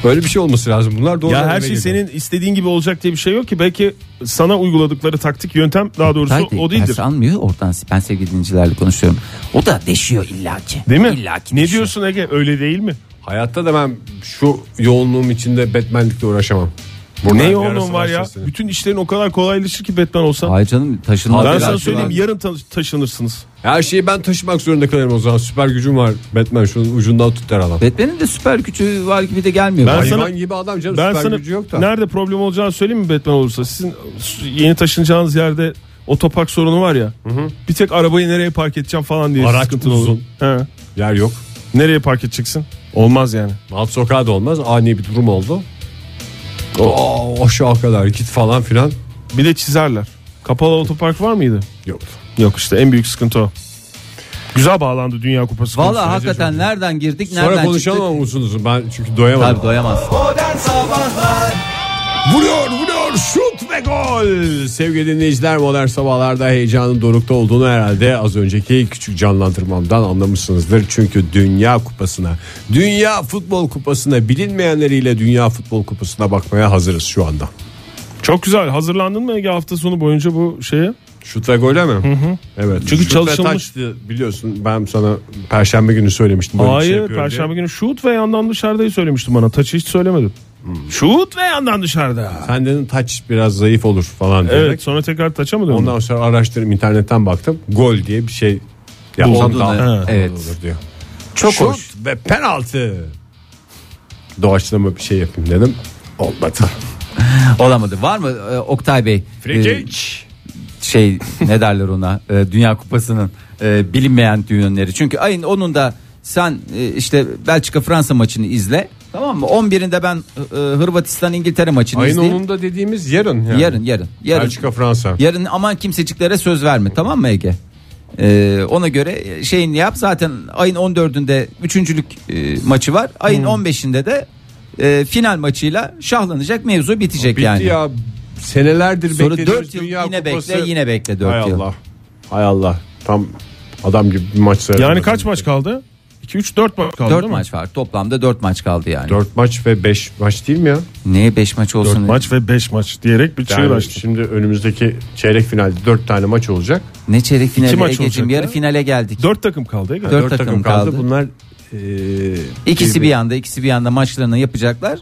Speaker 2: Böyle bir şey olması lazım. Bunlar doğru.
Speaker 3: Ya her
Speaker 2: yerlere
Speaker 3: şey
Speaker 2: geliyor.
Speaker 3: senin istediğin gibi olacak diye bir şey yok ki. Belki sana uyguladıkları taktik yöntem daha doğrusu
Speaker 4: Haydi,
Speaker 3: o değildir.
Speaker 4: Ters almıyor oradan ben sevgili dinleyicilerle konuşuyorum. O da deşiyor illaki.
Speaker 3: Değil mi?
Speaker 4: İllaki
Speaker 3: ne
Speaker 4: deşiyor.
Speaker 3: diyorsun Ege? Öyle değil mi?
Speaker 2: Hayatta da ben şu yoğunluğum içinde Batman'likle uğraşamam. Buradan
Speaker 3: ne
Speaker 2: bir
Speaker 3: yoğunluğun
Speaker 2: arasına
Speaker 3: var ya?
Speaker 2: başlasın.
Speaker 3: Bütün işlerin o kadar kolaylaşır ki Batman olsan.
Speaker 4: Hayır canım taşınma.
Speaker 3: ben sana
Speaker 2: Biraz
Speaker 3: söyleyeyim
Speaker 2: var.
Speaker 3: yarın ta- taşınırsınız.
Speaker 2: Her şeyi ben taşımak zorunda kalırım o zaman. Süper gücüm var. Batman şunun ucundan tut der adam.
Speaker 4: Batman'in de süper gücü var gibi de gelmiyor.
Speaker 3: Ben
Speaker 4: bana.
Speaker 2: Hayvan
Speaker 3: sana-
Speaker 2: gibi adam canım
Speaker 3: Ben
Speaker 2: süper
Speaker 3: sana
Speaker 2: gücü yok da.
Speaker 3: nerede problem olacağını söyleyeyim mi Batman olursa? Sizin yeni taşınacağınız yerde otopark sorunu var ya. Bir tek arabayı nereye park edeceğim falan diye
Speaker 2: Araç
Speaker 3: sıkıntın
Speaker 2: uzun.
Speaker 3: olur. He.
Speaker 2: Yer yok.
Speaker 3: Nereye park edeceksin? Olmaz yani.
Speaker 2: Alt sokağa da olmaz. Ani bir durum oldu. Aa, aşağı kadar git falan filan.
Speaker 3: Bir de çizerler. Kapalı otopark var mıydı?
Speaker 2: Yok.
Speaker 3: Yok işte en büyük sıkıntı o. Güzel bağlandı Dünya Kupası.
Speaker 4: Valla
Speaker 3: konusuna.
Speaker 4: hakikaten nereden girdik nereden
Speaker 2: Sonra
Speaker 4: çıktık.
Speaker 2: konuşalım ama uzun uzun. Ben çünkü doyamadım.
Speaker 4: Tabii doyamaz.
Speaker 2: Vuruyor vuruyor şut ve gol. Sevgili dinleyiciler modern sabahlarda heyecanın dorukta olduğunu herhalde az önceki küçük canlandırmamdan anlamışsınızdır. Çünkü Dünya Kupası'na, Dünya Futbol Kupası'na bilinmeyenleriyle Dünya Futbol Kupası'na bakmaya hazırız şu anda.
Speaker 3: Çok güzel. Hazırlandın mı Ege hafta sonu boyunca bu şeye?
Speaker 2: Şut ve gole mi? Evet.
Speaker 3: Çünkü
Speaker 2: Şut ve
Speaker 3: çalışılmış-
Speaker 2: taçtı biliyorsun ben sana perşembe günü söylemiştim. böyle bir şey
Speaker 3: Hayır.
Speaker 2: yapıyorum diye.
Speaker 3: Perşembe günü şut ve yandan dışarıdayı söylemiştim bana. Taçı hiç söylemedim.
Speaker 2: Hmm.
Speaker 3: Şut ve yandan dışarıda.
Speaker 2: Sen dedin taç biraz zayıf olur falan diyerek.
Speaker 3: Evet sonra tekrar taça mı döndün?
Speaker 2: Ondan sonra araştırdım internetten baktım. Gol diye bir şey yapsam
Speaker 4: Buldun,
Speaker 2: daha
Speaker 4: evet.
Speaker 2: daha
Speaker 4: Evet.
Speaker 2: olur diyor.
Speaker 4: Çok
Speaker 2: Şut
Speaker 4: hoş.
Speaker 2: ve penaltı. Doğaçlama bir şey yapayım dedim. Olmadı.
Speaker 4: Olamadı. Var mı e, Oktay Bey?
Speaker 2: Free
Speaker 4: e,
Speaker 2: kick.
Speaker 4: şey ne derler ona e, Dünya Kupası'nın e, bilinmeyen düğünleri. Çünkü ayın onun da sen e, işte Belçika Fransa maçını izle. Tamam mı? 11'inde ben e, Hırvatistan İngiltere maçını
Speaker 2: Ayın
Speaker 4: izleyeyim.
Speaker 2: onunda dediğimiz yarın. Yani.
Speaker 4: Yarın yarın yarın.
Speaker 2: Belçika Fransa.
Speaker 4: Yarın aman kimseciklere söz verme tamam mı Ege? E, ona göre şeyini yap zaten ayın 14'ünde üçüncülük e, maçı var. Ayın
Speaker 2: Hmm.
Speaker 4: 15'inde de e, final maçıyla şahlanacak mevzu bitecek
Speaker 2: Bitti
Speaker 4: yani.
Speaker 2: ya. Senelerdir
Speaker 4: Sonra
Speaker 2: beklediğimiz
Speaker 4: 4 yıl
Speaker 2: Dünya
Speaker 4: yine
Speaker 2: Kupası.
Speaker 4: bekle yine bekle 4
Speaker 2: Hay
Speaker 4: yıl.
Speaker 2: Allah. Hay Allah. Tam adam gibi bir maç seyredim.
Speaker 3: Yani kaç maç kaldı? 2 3 4 maç kaldı.
Speaker 4: 4
Speaker 3: değil mi?
Speaker 4: maç var. Toplamda 4 maç kaldı yani.
Speaker 2: 4 maç ve 5 maç değil mi ya?
Speaker 4: Neye 5 maç olsun?
Speaker 3: 4 maç ve 5 maç diyerek bir şey çığır
Speaker 2: Yani
Speaker 3: açtı.
Speaker 2: şimdi önümüzdeki çeyrek finalde 4 tane maç olacak.
Speaker 4: Ne çeyrek finali
Speaker 3: maç
Speaker 4: Ege'cim
Speaker 3: olacak
Speaker 4: yarı
Speaker 3: ya.
Speaker 4: finale geldik.
Speaker 3: 4 takım kaldı Ege.
Speaker 4: Dört
Speaker 2: 4 takım,
Speaker 4: takım
Speaker 2: kaldı.
Speaker 4: kaldı.
Speaker 2: Bunlar e,
Speaker 4: ikisi bir yanda ikisi bir yanda maçlarını yapacaklar.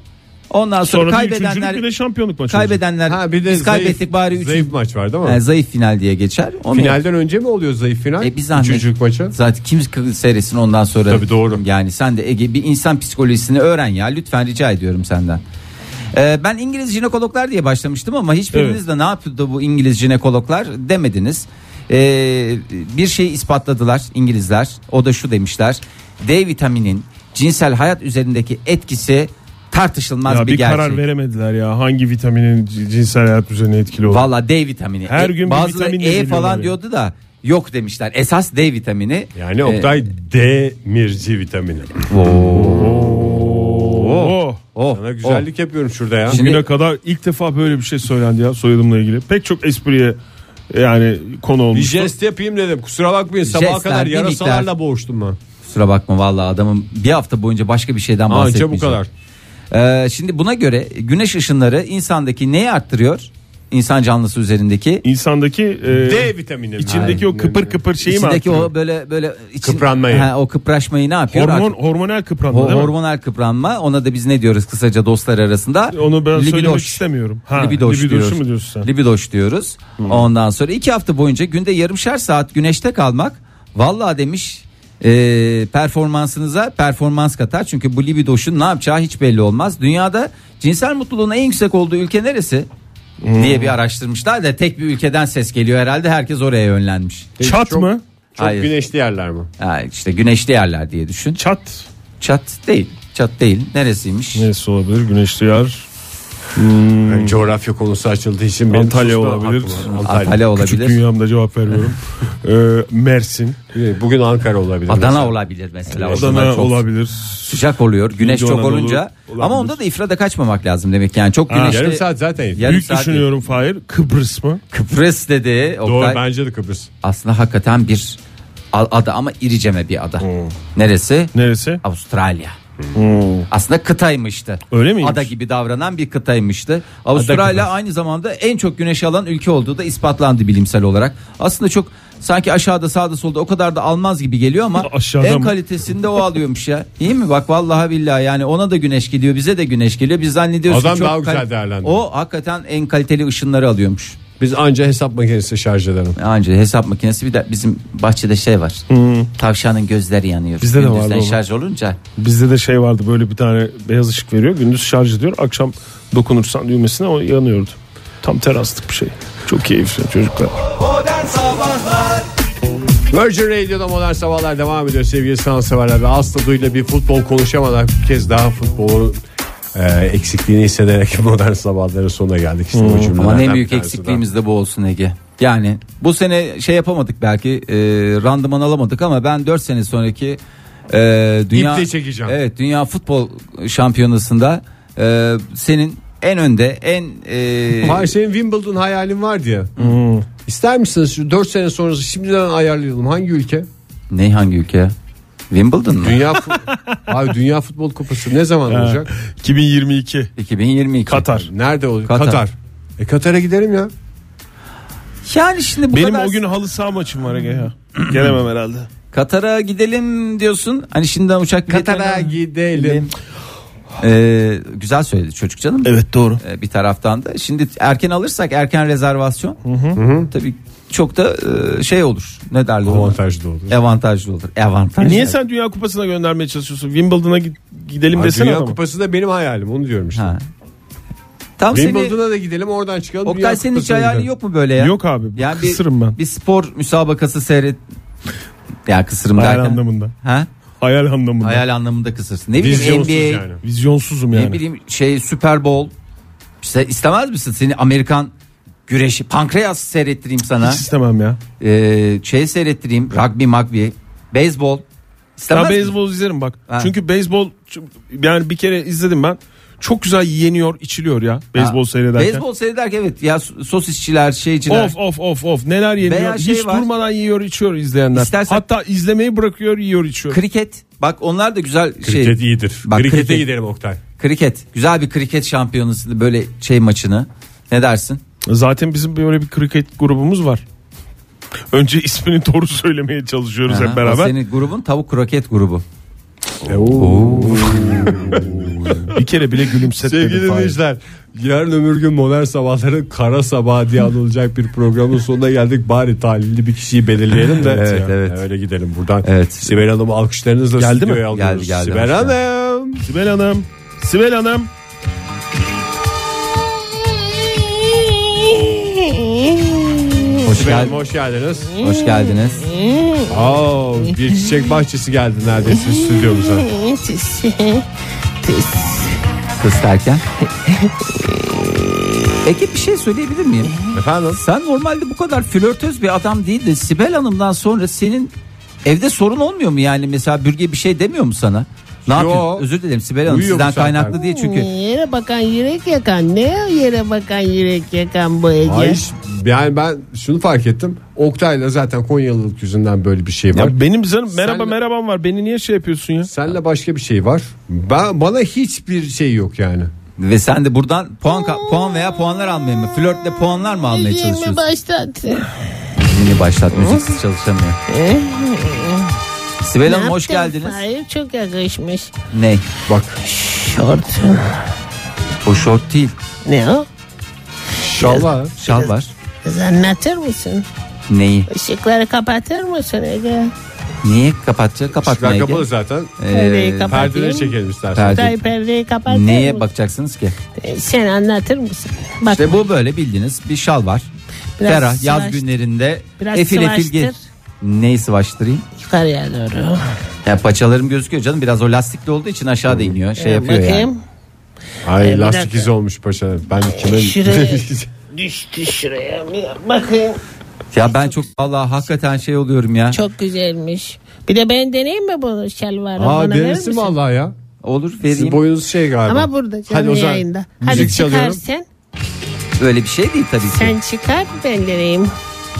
Speaker 4: Ondan sonra,
Speaker 3: Sonra bir üçüncülük
Speaker 4: kaybedenler
Speaker 3: bir de şampiyonluk maçı olacak.
Speaker 4: kaybedenler
Speaker 2: Ha bir de
Speaker 4: biz kaybettik
Speaker 2: zayıf,
Speaker 4: bari 3
Speaker 2: zayıf maç var değil mi?
Speaker 4: yani zayıf final diye geçer. Onu
Speaker 2: Finalden önce mi oluyor zayıf final?
Speaker 4: E, bir zahmet.
Speaker 2: Üçüncülük maçı.
Speaker 4: Zaten kim kı- seyretsin ondan sonra.
Speaker 2: Tabii doğru.
Speaker 4: Yani sen de Ege bir insan psikolojisini öğren ya. Lütfen rica ediyorum senden. Ee, ben İngiliz jinekologlar diye başlamıştım ama hiçbiriniz
Speaker 3: Evet.
Speaker 4: de ne yapıyordu bu İngiliz jinekologlar demediniz. Ee, bir şeyi ispatladılar İngilizler. O da şu demişler. D vitaminin cinsel hayat üzerindeki etkisi tartışılmaz
Speaker 3: Ya
Speaker 4: bir,
Speaker 3: bir
Speaker 4: gerçek.
Speaker 3: karar veremediler ya hangi vitaminin c- cinsel hayat üzerine etkili olur.
Speaker 4: Valla D vitamini.
Speaker 3: Her
Speaker 4: E,
Speaker 3: gün bir
Speaker 4: bazıları
Speaker 3: vitamin de
Speaker 4: E
Speaker 3: veriyorlar
Speaker 4: falan
Speaker 3: ya.
Speaker 4: diyordu da yok demişler. Esas D vitamini.
Speaker 2: Yani
Speaker 4: e,
Speaker 2: Oktay demirci vitamini.
Speaker 3: Oo.
Speaker 4: Oh,
Speaker 2: Sana güzellik yapıyorum şurada ya.
Speaker 4: Şimdi-
Speaker 3: Bugüne kadar ilk defa böyle bir şey söylendi ya soyadımla ilgili. Pek çok espriye yani konu
Speaker 2: bir
Speaker 3: olmuştu.
Speaker 2: jest yapayım dedim. Kusura bakmayın sabaha
Speaker 4: Jestler,
Speaker 2: kadar
Speaker 4: mimikler.
Speaker 2: yarasalarla boğuştum ben.
Speaker 4: Kusura bakma vallahi adamın bir hafta boyunca başka bir şeyden
Speaker 2: Anca
Speaker 4: bahsetmeyeceğim.
Speaker 2: bu kadar.
Speaker 4: Ee, şimdi buna göre güneş ışınları insandaki neyi arttırıyor? İnsan canlısı üzerindeki.
Speaker 3: İnsandaki e,
Speaker 2: D vitamini.
Speaker 3: içindeki o kıpır kıpır şeyi mi
Speaker 4: içindeki
Speaker 3: arttırıyor?
Speaker 4: o böyle böyle için-
Speaker 2: Kıpranmayı.
Speaker 4: Ha, o kıpraşmayı ne yapıyor?
Speaker 3: Hormon,
Speaker 4: Art-
Speaker 3: hormonal kıpranma
Speaker 4: o
Speaker 3: değil mi?
Speaker 4: hormonal kıpranma ona da biz ne diyoruz kısaca dostlar arasında?
Speaker 3: Onu ben söylemek
Speaker 4: Libidoş.
Speaker 3: istemiyorum. Ha,
Speaker 4: libidoş,
Speaker 3: libidoşu
Speaker 4: diyoruz.
Speaker 3: mu diyorsun sen?
Speaker 4: Libidoş diyoruz. Ondan sonra iki hafta boyunca günde yarımşar saat güneşte kalmak vallahi demiş e, performansınıza performans katar. Çünkü bu libidoşun ne yapacağı hiç belli olmaz. Dünyada cinsel mutluluğun en yüksek olduğu ülke neresi?
Speaker 3: Hmm.
Speaker 4: diye bir araştırmışlar da tek bir ülkeden ses geliyor herhalde herkes oraya yönlenmiş.
Speaker 3: Çat
Speaker 2: çok-
Speaker 3: mı?
Speaker 2: Çok
Speaker 4: Hayır.
Speaker 2: güneşli yerler mi?
Speaker 4: Ha, işte güneşli yerler diye düşün.
Speaker 3: Çat.
Speaker 4: Çat değil. Çat değil. Neresiymiş?
Speaker 3: Neresi olabilir? Güneşli yer.
Speaker 4: Hmm.
Speaker 2: Yani coğrafya konusu açıldığı için benim
Speaker 3: Antalya
Speaker 2: sustum
Speaker 3: olabilir.
Speaker 2: aklıma. Antalya.
Speaker 4: Antalya
Speaker 3: Küçük
Speaker 4: olabilir.
Speaker 3: dünyamda cevap veriyorum. Ee, Mersin.
Speaker 2: Bugün Ankara olabilir.
Speaker 4: Adana
Speaker 2: mesela.
Speaker 4: olabilir mesela. O zaman
Speaker 3: Adana
Speaker 4: çok
Speaker 3: olabilir.
Speaker 4: Sıcak oluyor. Güneş
Speaker 3: İnce
Speaker 4: çok
Speaker 3: Anadolu
Speaker 4: olunca.
Speaker 3: olabilir.
Speaker 4: Ama onda da ifrada kaçmamak lazım demek. Yani çok güneşli.
Speaker 2: Yarım saat zaten.
Speaker 4: Yarım
Speaker 3: Büyük
Speaker 4: saat-
Speaker 3: düşünüyorum Fahir. Kıbrıs mı?
Speaker 4: Kıbrıs dedi.
Speaker 2: Doğru
Speaker 4: Oktay.
Speaker 2: bence de Kıbrıs.
Speaker 4: Aslında hakikaten bir a- ada ama iriceme bir ada. Neresi?
Speaker 3: Neresi?
Speaker 4: Avustralya. Aslında kıtaymıştı.
Speaker 3: Öyle miymiş?
Speaker 4: Ada gibi davranan bir kıtaymıştı. Avustralya aynı zamanda en çok güneş alan ülke olduğu da ispatlandı bilimsel olarak. Aslında çok sanki aşağıda sağda solda o kadar da almaz gibi geliyor ama
Speaker 3: Aşağıda
Speaker 4: en
Speaker 3: mı?
Speaker 4: kalitesinde o alıyormuş ya. İyi mi? Bak vallahi billahi yani ona da güneş geliyor bize de güneş geliyor. Biz zannediyoruz ki
Speaker 2: Adam
Speaker 4: çok
Speaker 2: daha güzel
Speaker 4: kal-
Speaker 2: değerlendiriyor.
Speaker 4: O hakikaten en kaliteli ışınları alıyormuş.
Speaker 2: Biz anca hesap makinesi şarj edelim.
Speaker 4: Anca hesap makinesi bir de bizim bahçede şey var. Tavşanın gözleri yanıyor.
Speaker 3: Hmm. Bizde de vardı
Speaker 4: Gündüzden
Speaker 3: o.
Speaker 4: şarj olunca
Speaker 3: Bizde de şey vardı böyle bir tane beyaz ışık veriyor. Gündüz şarj ediyor. Akşam dokunursan düğmesine o yanıyordu. Tam teraslık bir şey. Çok keyifli çocuklar.
Speaker 2: Virgin Radio'da modern sabahlar devam ediyor sevgili sanatseverler. Ve Aslı Duy'la bir futbol konuşamadan bir kez daha futbolun e, eksikliğini hissederek modern sabahların sonuna geldik. İşte bu cümlelerden
Speaker 4: Ama Hmm, en
Speaker 2: bir
Speaker 4: büyük
Speaker 2: tanesi daha.
Speaker 4: eksikliğimiz de bu olsun Ege. Yani bu sene şey yapamadık belki e, randıman alamadık ama ben 4 sene sonraki e, dünya
Speaker 2: İple çekeceğim.
Speaker 4: Evet dünya futbol şampiyonasında e, senin en önde en e,
Speaker 2: Hayır senin Wimbledon hayalin var diye.
Speaker 4: Hmm.
Speaker 2: İster misiniz şu 4 sene sonrası şimdiden ayarlayalım. Hangi ülke?
Speaker 4: ne hangi ülke? Wimbledon mu?
Speaker 2: Dünya fu- Hayır, Dünya Futbol Kupası ne zaman olacak?
Speaker 3: 2022
Speaker 4: 2022.
Speaker 3: Katar.
Speaker 2: Nerede olacak?
Speaker 4: Katar.
Speaker 2: Katar. E Katar'a gidelim ya.
Speaker 4: Yani şimdi bu
Speaker 3: Benim
Speaker 4: kadar Hmm.
Speaker 3: o gün halı saha maçım var Ege ya. Gelemem herhalde.
Speaker 4: Katar'a gidelim diyorsun. Hani şimdiden uçak biletlerine-
Speaker 2: gidelim.
Speaker 4: Ee, güzel söyledi çocuk canım.
Speaker 3: Evet doğru.
Speaker 4: Ee, bir taraftan da. Şimdi erken alırsak erken rezervasyon tabii çok da e, şey olur. Ne derler ona?
Speaker 2: Avantajlı olur.
Speaker 4: Avantajlı olur. E, Avantajlı.
Speaker 3: Niye sen Dünya Kupası'na göndermeye çalışıyorsun? Wimbledon'a gi- gidelim
Speaker 2: Ha,
Speaker 3: desene
Speaker 2: Dünya
Speaker 3: adama.
Speaker 2: Kupası da benim hayalim onu diyorum işte.
Speaker 4: Ha. Tam seni
Speaker 2: Wimbledon'a da gidelim oradan çıkalım.
Speaker 4: Oktay
Speaker 2: Dünya
Speaker 4: senin hiç
Speaker 2: Kupası'na
Speaker 4: hayalin
Speaker 2: gidelim.
Speaker 4: yok mu böyle ya?
Speaker 3: Yok abi.
Speaker 4: Yani bir-
Speaker 3: kısırım ben.
Speaker 4: Bir spor müsabakası seyret. Ya kısırım
Speaker 3: Hayal
Speaker 4: derken.
Speaker 3: anlamında.
Speaker 4: Ha?
Speaker 3: Hayal anlamında.
Speaker 4: Hayal anlamında kısırsın. Ne bileyim
Speaker 2: Vizyonsuz
Speaker 4: NBA,
Speaker 2: yani.
Speaker 3: Vizyonsuzum
Speaker 4: ne
Speaker 3: yani.
Speaker 4: bileyim şey Super Bowl. İşte istemez misin seni Amerikan güreşi pankreas seyrettireyim sana.
Speaker 3: Hiç istemem ya.
Speaker 4: Ee, şey seyrettireyim rugby magbi beyzbol istemez
Speaker 3: Ben
Speaker 4: mi?
Speaker 3: beyzbol izlerim bak.
Speaker 4: Ha.
Speaker 3: Çünkü beyzbol yani bir kere izledim ben. Çok güzel yeniyor, içiliyor ya beyzbol
Speaker 4: Ha,
Speaker 3: seyrederken.
Speaker 4: Beyzbol seyrederken evet ya sosisçiler şeyciler
Speaker 3: Of of of of neler yeniyor.
Speaker 4: Veya şey
Speaker 3: Hiç
Speaker 4: var.
Speaker 3: durmadan yiyor, içiyor izleyenler.
Speaker 4: İstersen-
Speaker 3: Hatta izlemeyi bırakıyor, yiyor, içiyor.
Speaker 4: kriket bak onlar da güzel
Speaker 2: Kriket
Speaker 4: şey
Speaker 2: iyidir.
Speaker 4: Bak,
Speaker 2: Krikete
Speaker 4: kriket.
Speaker 2: gidelim Oktay.
Speaker 4: kriket güzel bir kriket şampiyonası böyle şey maçını ne dersin?
Speaker 3: Zaten bizim böyle bir kriket grubumuz var. Önce ismini doğru söylemeye çalışıyoruz
Speaker 4: Aha,
Speaker 3: hep
Speaker 4: o
Speaker 3: beraber.
Speaker 4: Senin grubun tavuk kroket grubu.
Speaker 3: Bir kere bile gülümsetmedi.
Speaker 2: Sevgili
Speaker 3: Fahir.
Speaker 2: dinleyiciler yarın ömür gün modern sabahların kara sabahı diye anılacak bir programın sonuna geldik. Bari talihli bir kişiyi belirleyelim de.
Speaker 4: Evet,
Speaker 2: Ya,
Speaker 4: evet.
Speaker 2: Öyle gidelim buradan.
Speaker 4: Evet.
Speaker 2: Sibel Hanım'ı alkışlarınızla
Speaker 3: Geldi mi?
Speaker 2: stüdyoya alıyoruz.
Speaker 4: Geldi, geldi.
Speaker 2: Sibel
Speaker 4: Hoş
Speaker 2: Hanım.
Speaker 3: Sibel Hanım. Sibel Hanım.
Speaker 4: Hoş,
Speaker 2: Sibel
Speaker 4: gel-
Speaker 2: Hanım hoş geldiniz.
Speaker 4: hoş geldiniz.
Speaker 2: Aa, bir çiçek bahçesi geldi neredeyse stüdyomuza.
Speaker 4: Kız derken. Peki bir şey söyleyebilir miyim?
Speaker 2: Efendim?
Speaker 4: Sen normalde bu kadar flörtöz bir adam değildin. Sibel Hanım'dan sonra senin evde sorun olmuyor mu yani? Mesela bürge bir şey demiyor mu sana? Ne yapıyorsun? Özür dilerim Sibel Hanım
Speaker 2: Uyuyor bu
Speaker 4: sizden
Speaker 2: saatlerde.
Speaker 4: kaynaklı değil çünkü.
Speaker 1: Yere bakan yürek yakan ne yere bakan yürek yakan bu Ege?
Speaker 2: Ay, yani ben şunu fark ettim. Oktay'la zaten Konyalılık yüzünden böyle bir şey var.
Speaker 3: Ya benim canım merhaba
Speaker 2: Senle-
Speaker 3: merhabam var. Beni niye şey yapıyorsun ya?
Speaker 2: Senle başka bir şey var. Ben bana hiçbir şey yok yani.
Speaker 4: Ve sen de buradan puan ka- puan veya puanlar almaya mı? Flörtle puanlar mı almaya
Speaker 1: Yeni
Speaker 4: çalışıyorsun?
Speaker 1: başlattı.
Speaker 4: Yeni başlat müziksiz çalışamıyor. Sibel Hanım hoş
Speaker 1: Yaptım,
Speaker 4: geldiniz.
Speaker 1: Hayır çok yakışmış.
Speaker 4: Ney?
Speaker 2: Bak
Speaker 1: Şort.
Speaker 4: O şort değil.
Speaker 1: Ne o?
Speaker 2: inşallah.
Speaker 4: Şal var.
Speaker 1: Kız anlatır mısın?
Speaker 4: Neyi?
Speaker 1: Işıkları kapatır mısın Ege?
Speaker 4: Niye kapatacak?
Speaker 2: Işıklar
Speaker 4: Kapatmaya gel.
Speaker 2: kapalı zaten.
Speaker 4: E,
Speaker 1: Perdeyi kapat.
Speaker 2: Perdeleri
Speaker 1: Kapatayım.
Speaker 2: çekelim istersen.
Speaker 4: Perde-
Speaker 1: Tay perdeyi kapat.
Speaker 4: Ee, Neye bakacaksınız ki?
Speaker 1: E, Sen anlatır mısın? Bak
Speaker 4: İşte bu böyle bildiğiniz bir şal var.
Speaker 1: Biraz
Speaker 4: Ferah yaz
Speaker 1: sıvaştır.
Speaker 4: günlerinde
Speaker 1: Biraz
Speaker 4: efil efil
Speaker 1: sıvaştır.
Speaker 4: gel. Neyi sıvaştırayım?
Speaker 1: yukarıya doğru.
Speaker 4: Ya paçalarım gözüküyor canım. Biraz o lastikli olduğu için aşağıda iniyor. Şey
Speaker 1: E,
Speaker 4: yapıyor yani.
Speaker 1: Bakayım.
Speaker 2: Ay
Speaker 1: Bir
Speaker 2: lastik
Speaker 1: dakika.
Speaker 2: izi olmuş paşa. Ben kime...
Speaker 1: Şuraya. Düştü şuraya. Bir Bakayım.
Speaker 4: Ya ben çok vallahi hakikaten şey oluyorum ya.
Speaker 1: Çok güzelmiş. Bir de ben deneyeyim mi bunu şalvarı?
Speaker 2: Aa
Speaker 1: Bana verir
Speaker 2: denesin
Speaker 1: misin?
Speaker 2: vallahi ya.
Speaker 4: Olur
Speaker 2: Sizin
Speaker 4: vereyim.
Speaker 2: boyunuz şey galiba.
Speaker 1: Ama burada
Speaker 2: Hadi
Speaker 1: canlı
Speaker 2: o zaman
Speaker 1: yayında.
Speaker 2: Müzik
Speaker 1: Hadi çıkar
Speaker 2: çalıyorum.
Speaker 1: sen.
Speaker 4: Öyle bir şey değil tabii ki.
Speaker 1: Sen çıkar ben deneyeyim.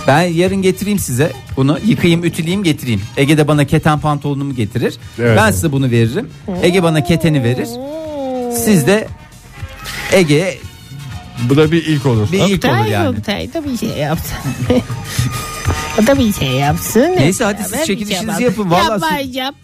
Speaker 4: Ben yarın getireyim size bunu yıkayayım ütüleyeyim getireyim. Ege de bana keten pantolonumu getirir.
Speaker 2: Evet.
Speaker 4: Ben size bunu veririm. Ege bana keteni verir. Siz de Ege'ye
Speaker 2: Bu da bir ilk olur.
Speaker 4: bir ilk olur
Speaker 1: Oktay,
Speaker 4: yani.
Speaker 1: Oktay da bir şey yapsın. o da bir şey yapsın.
Speaker 4: Neyse, hadi siz
Speaker 1: Ben bir
Speaker 4: çekilişinizi
Speaker 1: yapamam.
Speaker 4: yapın, vallahi siz-
Speaker 1: Yapmayacağım.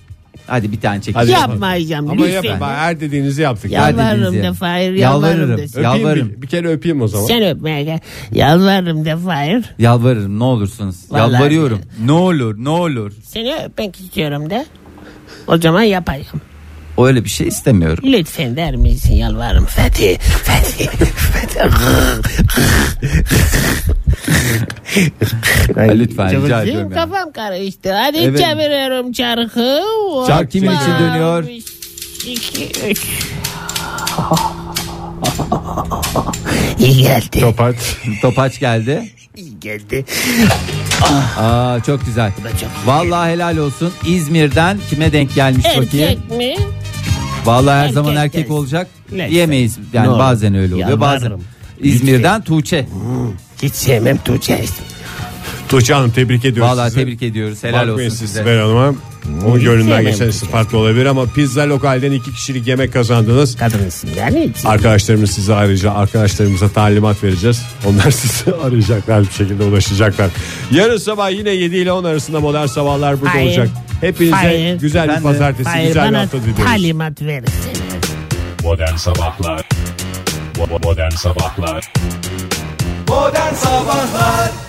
Speaker 4: Hadi bir tane çek.
Speaker 2: Hadi yapalım.
Speaker 1: yapmayacağım.
Speaker 2: Ama
Speaker 1: lütfen.
Speaker 2: yapma her dediğinizi yaptık.
Speaker 4: Ya-
Speaker 2: Öpeyim
Speaker 1: Yalvarırım
Speaker 4: dediğinizi
Speaker 1: da Fahir.
Speaker 4: Yalvarırım.
Speaker 1: Yalvarırım da sen.
Speaker 4: Ya- yalvarırım.
Speaker 2: Bir, bir kere öpeyim o zaman.
Speaker 1: Sen öpmeye gel. Yalvarırım da Fahir.
Speaker 4: Yalvarırım ne olursunuz.
Speaker 1: Vallahi.
Speaker 4: Yalvarıyorum. Ne olur ne olur.
Speaker 1: Seni öpmek istiyorum da. O zaman yapayım.
Speaker 4: Öyle bir şey istemiyorum.
Speaker 1: Lütfen der misin yalvarırım Fethi. Fethi. Fethi.
Speaker 4: Ha, lütfen rica
Speaker 1: Benim
Speaker 4: ediyorum. yani.
Speaker 1: kafam karıştı. Hadi
Speaker 4: Evet.
Speaker 1: çeviriyorum çarkı.
Speaker 4: Çark kimin için dönüyor?
Speaker 1: 2 3 İyi geldi.
Speaker 2: Topaç.
Speaker 4: Topaç geldi.
Speaker 1: iyi geldi.
Speaker 4: Aa çok güzel. Vallahi helal olsun. İzmir'den kime denk gelmiş bakayım.
Speaker 1: Erkek mi?
Speaker 4: Vallahi her
Speaker 1: Erkek
Speaker 4: zaman erkek
Speaker 1: gelsin.
Speaker 4: olacak
Speaker 1: Neyse.
Speaker 4: diyemeyiz. Yani
Speaker 1: Ne
Speaker 4: bazen
Speaker 1: olur.
Speaker 4: öyle oluyor.
Speaker 1: Yalvarırım.
Speaker 4: Bazen. İzmir'den Tuğçe.
Speaker 1: Hiç sevmem Tuğçe ismi.
Speaker 2: Tuğçe Hanım tebrik ediyoruz
Speaker 4: Vallahi
Speaker 2: sizi.
Speaker 4: tebrik ediyoruz. Helal
Speaker 2: Bakmayın
Speaker 4: olsun
Speaker 2: siz
Speaker 4: size.
Speaker 2: Sibel Hanım'a. O göründen
Speaker 1: sevmem
Speaker 2: geçen
Speaker 1: Tuğçe.
Speaker 2: sizi farklı olabilir ama pizza lokalden iki kişilik yemek kazandınız.
Speaker 1: Kadın isimler ne için?
Speaker 2: Arkadaşlarımız size ayrıca arkadaşlarımıza talimat vereceğiz. Onlar sizi arayacaklar bir şekilde ulaşacaklar. Yarın sabah yine 7 ile 10 arasında modern sabahlar burada
Speaker 1: Hayır.
Speaker 2: olacak. Hepinize
Speaker 1: Hayır.
Speaker 2: güzel
Speaker 4: Ben
Speaker 2: bir
Speaker 4: de-
Speaker 2: pazartesi,
Speaker 1: Hayır
Speaker 2: güzel bir
Speaker 1: bana
Speaker 2: hafta diliyoruz.
Speaker 1: talimat verirsin.
Speaker 6: Modern Sabahlar Bo- bo- Modern Sabahlar
Speaker 7: Modern Sabahlar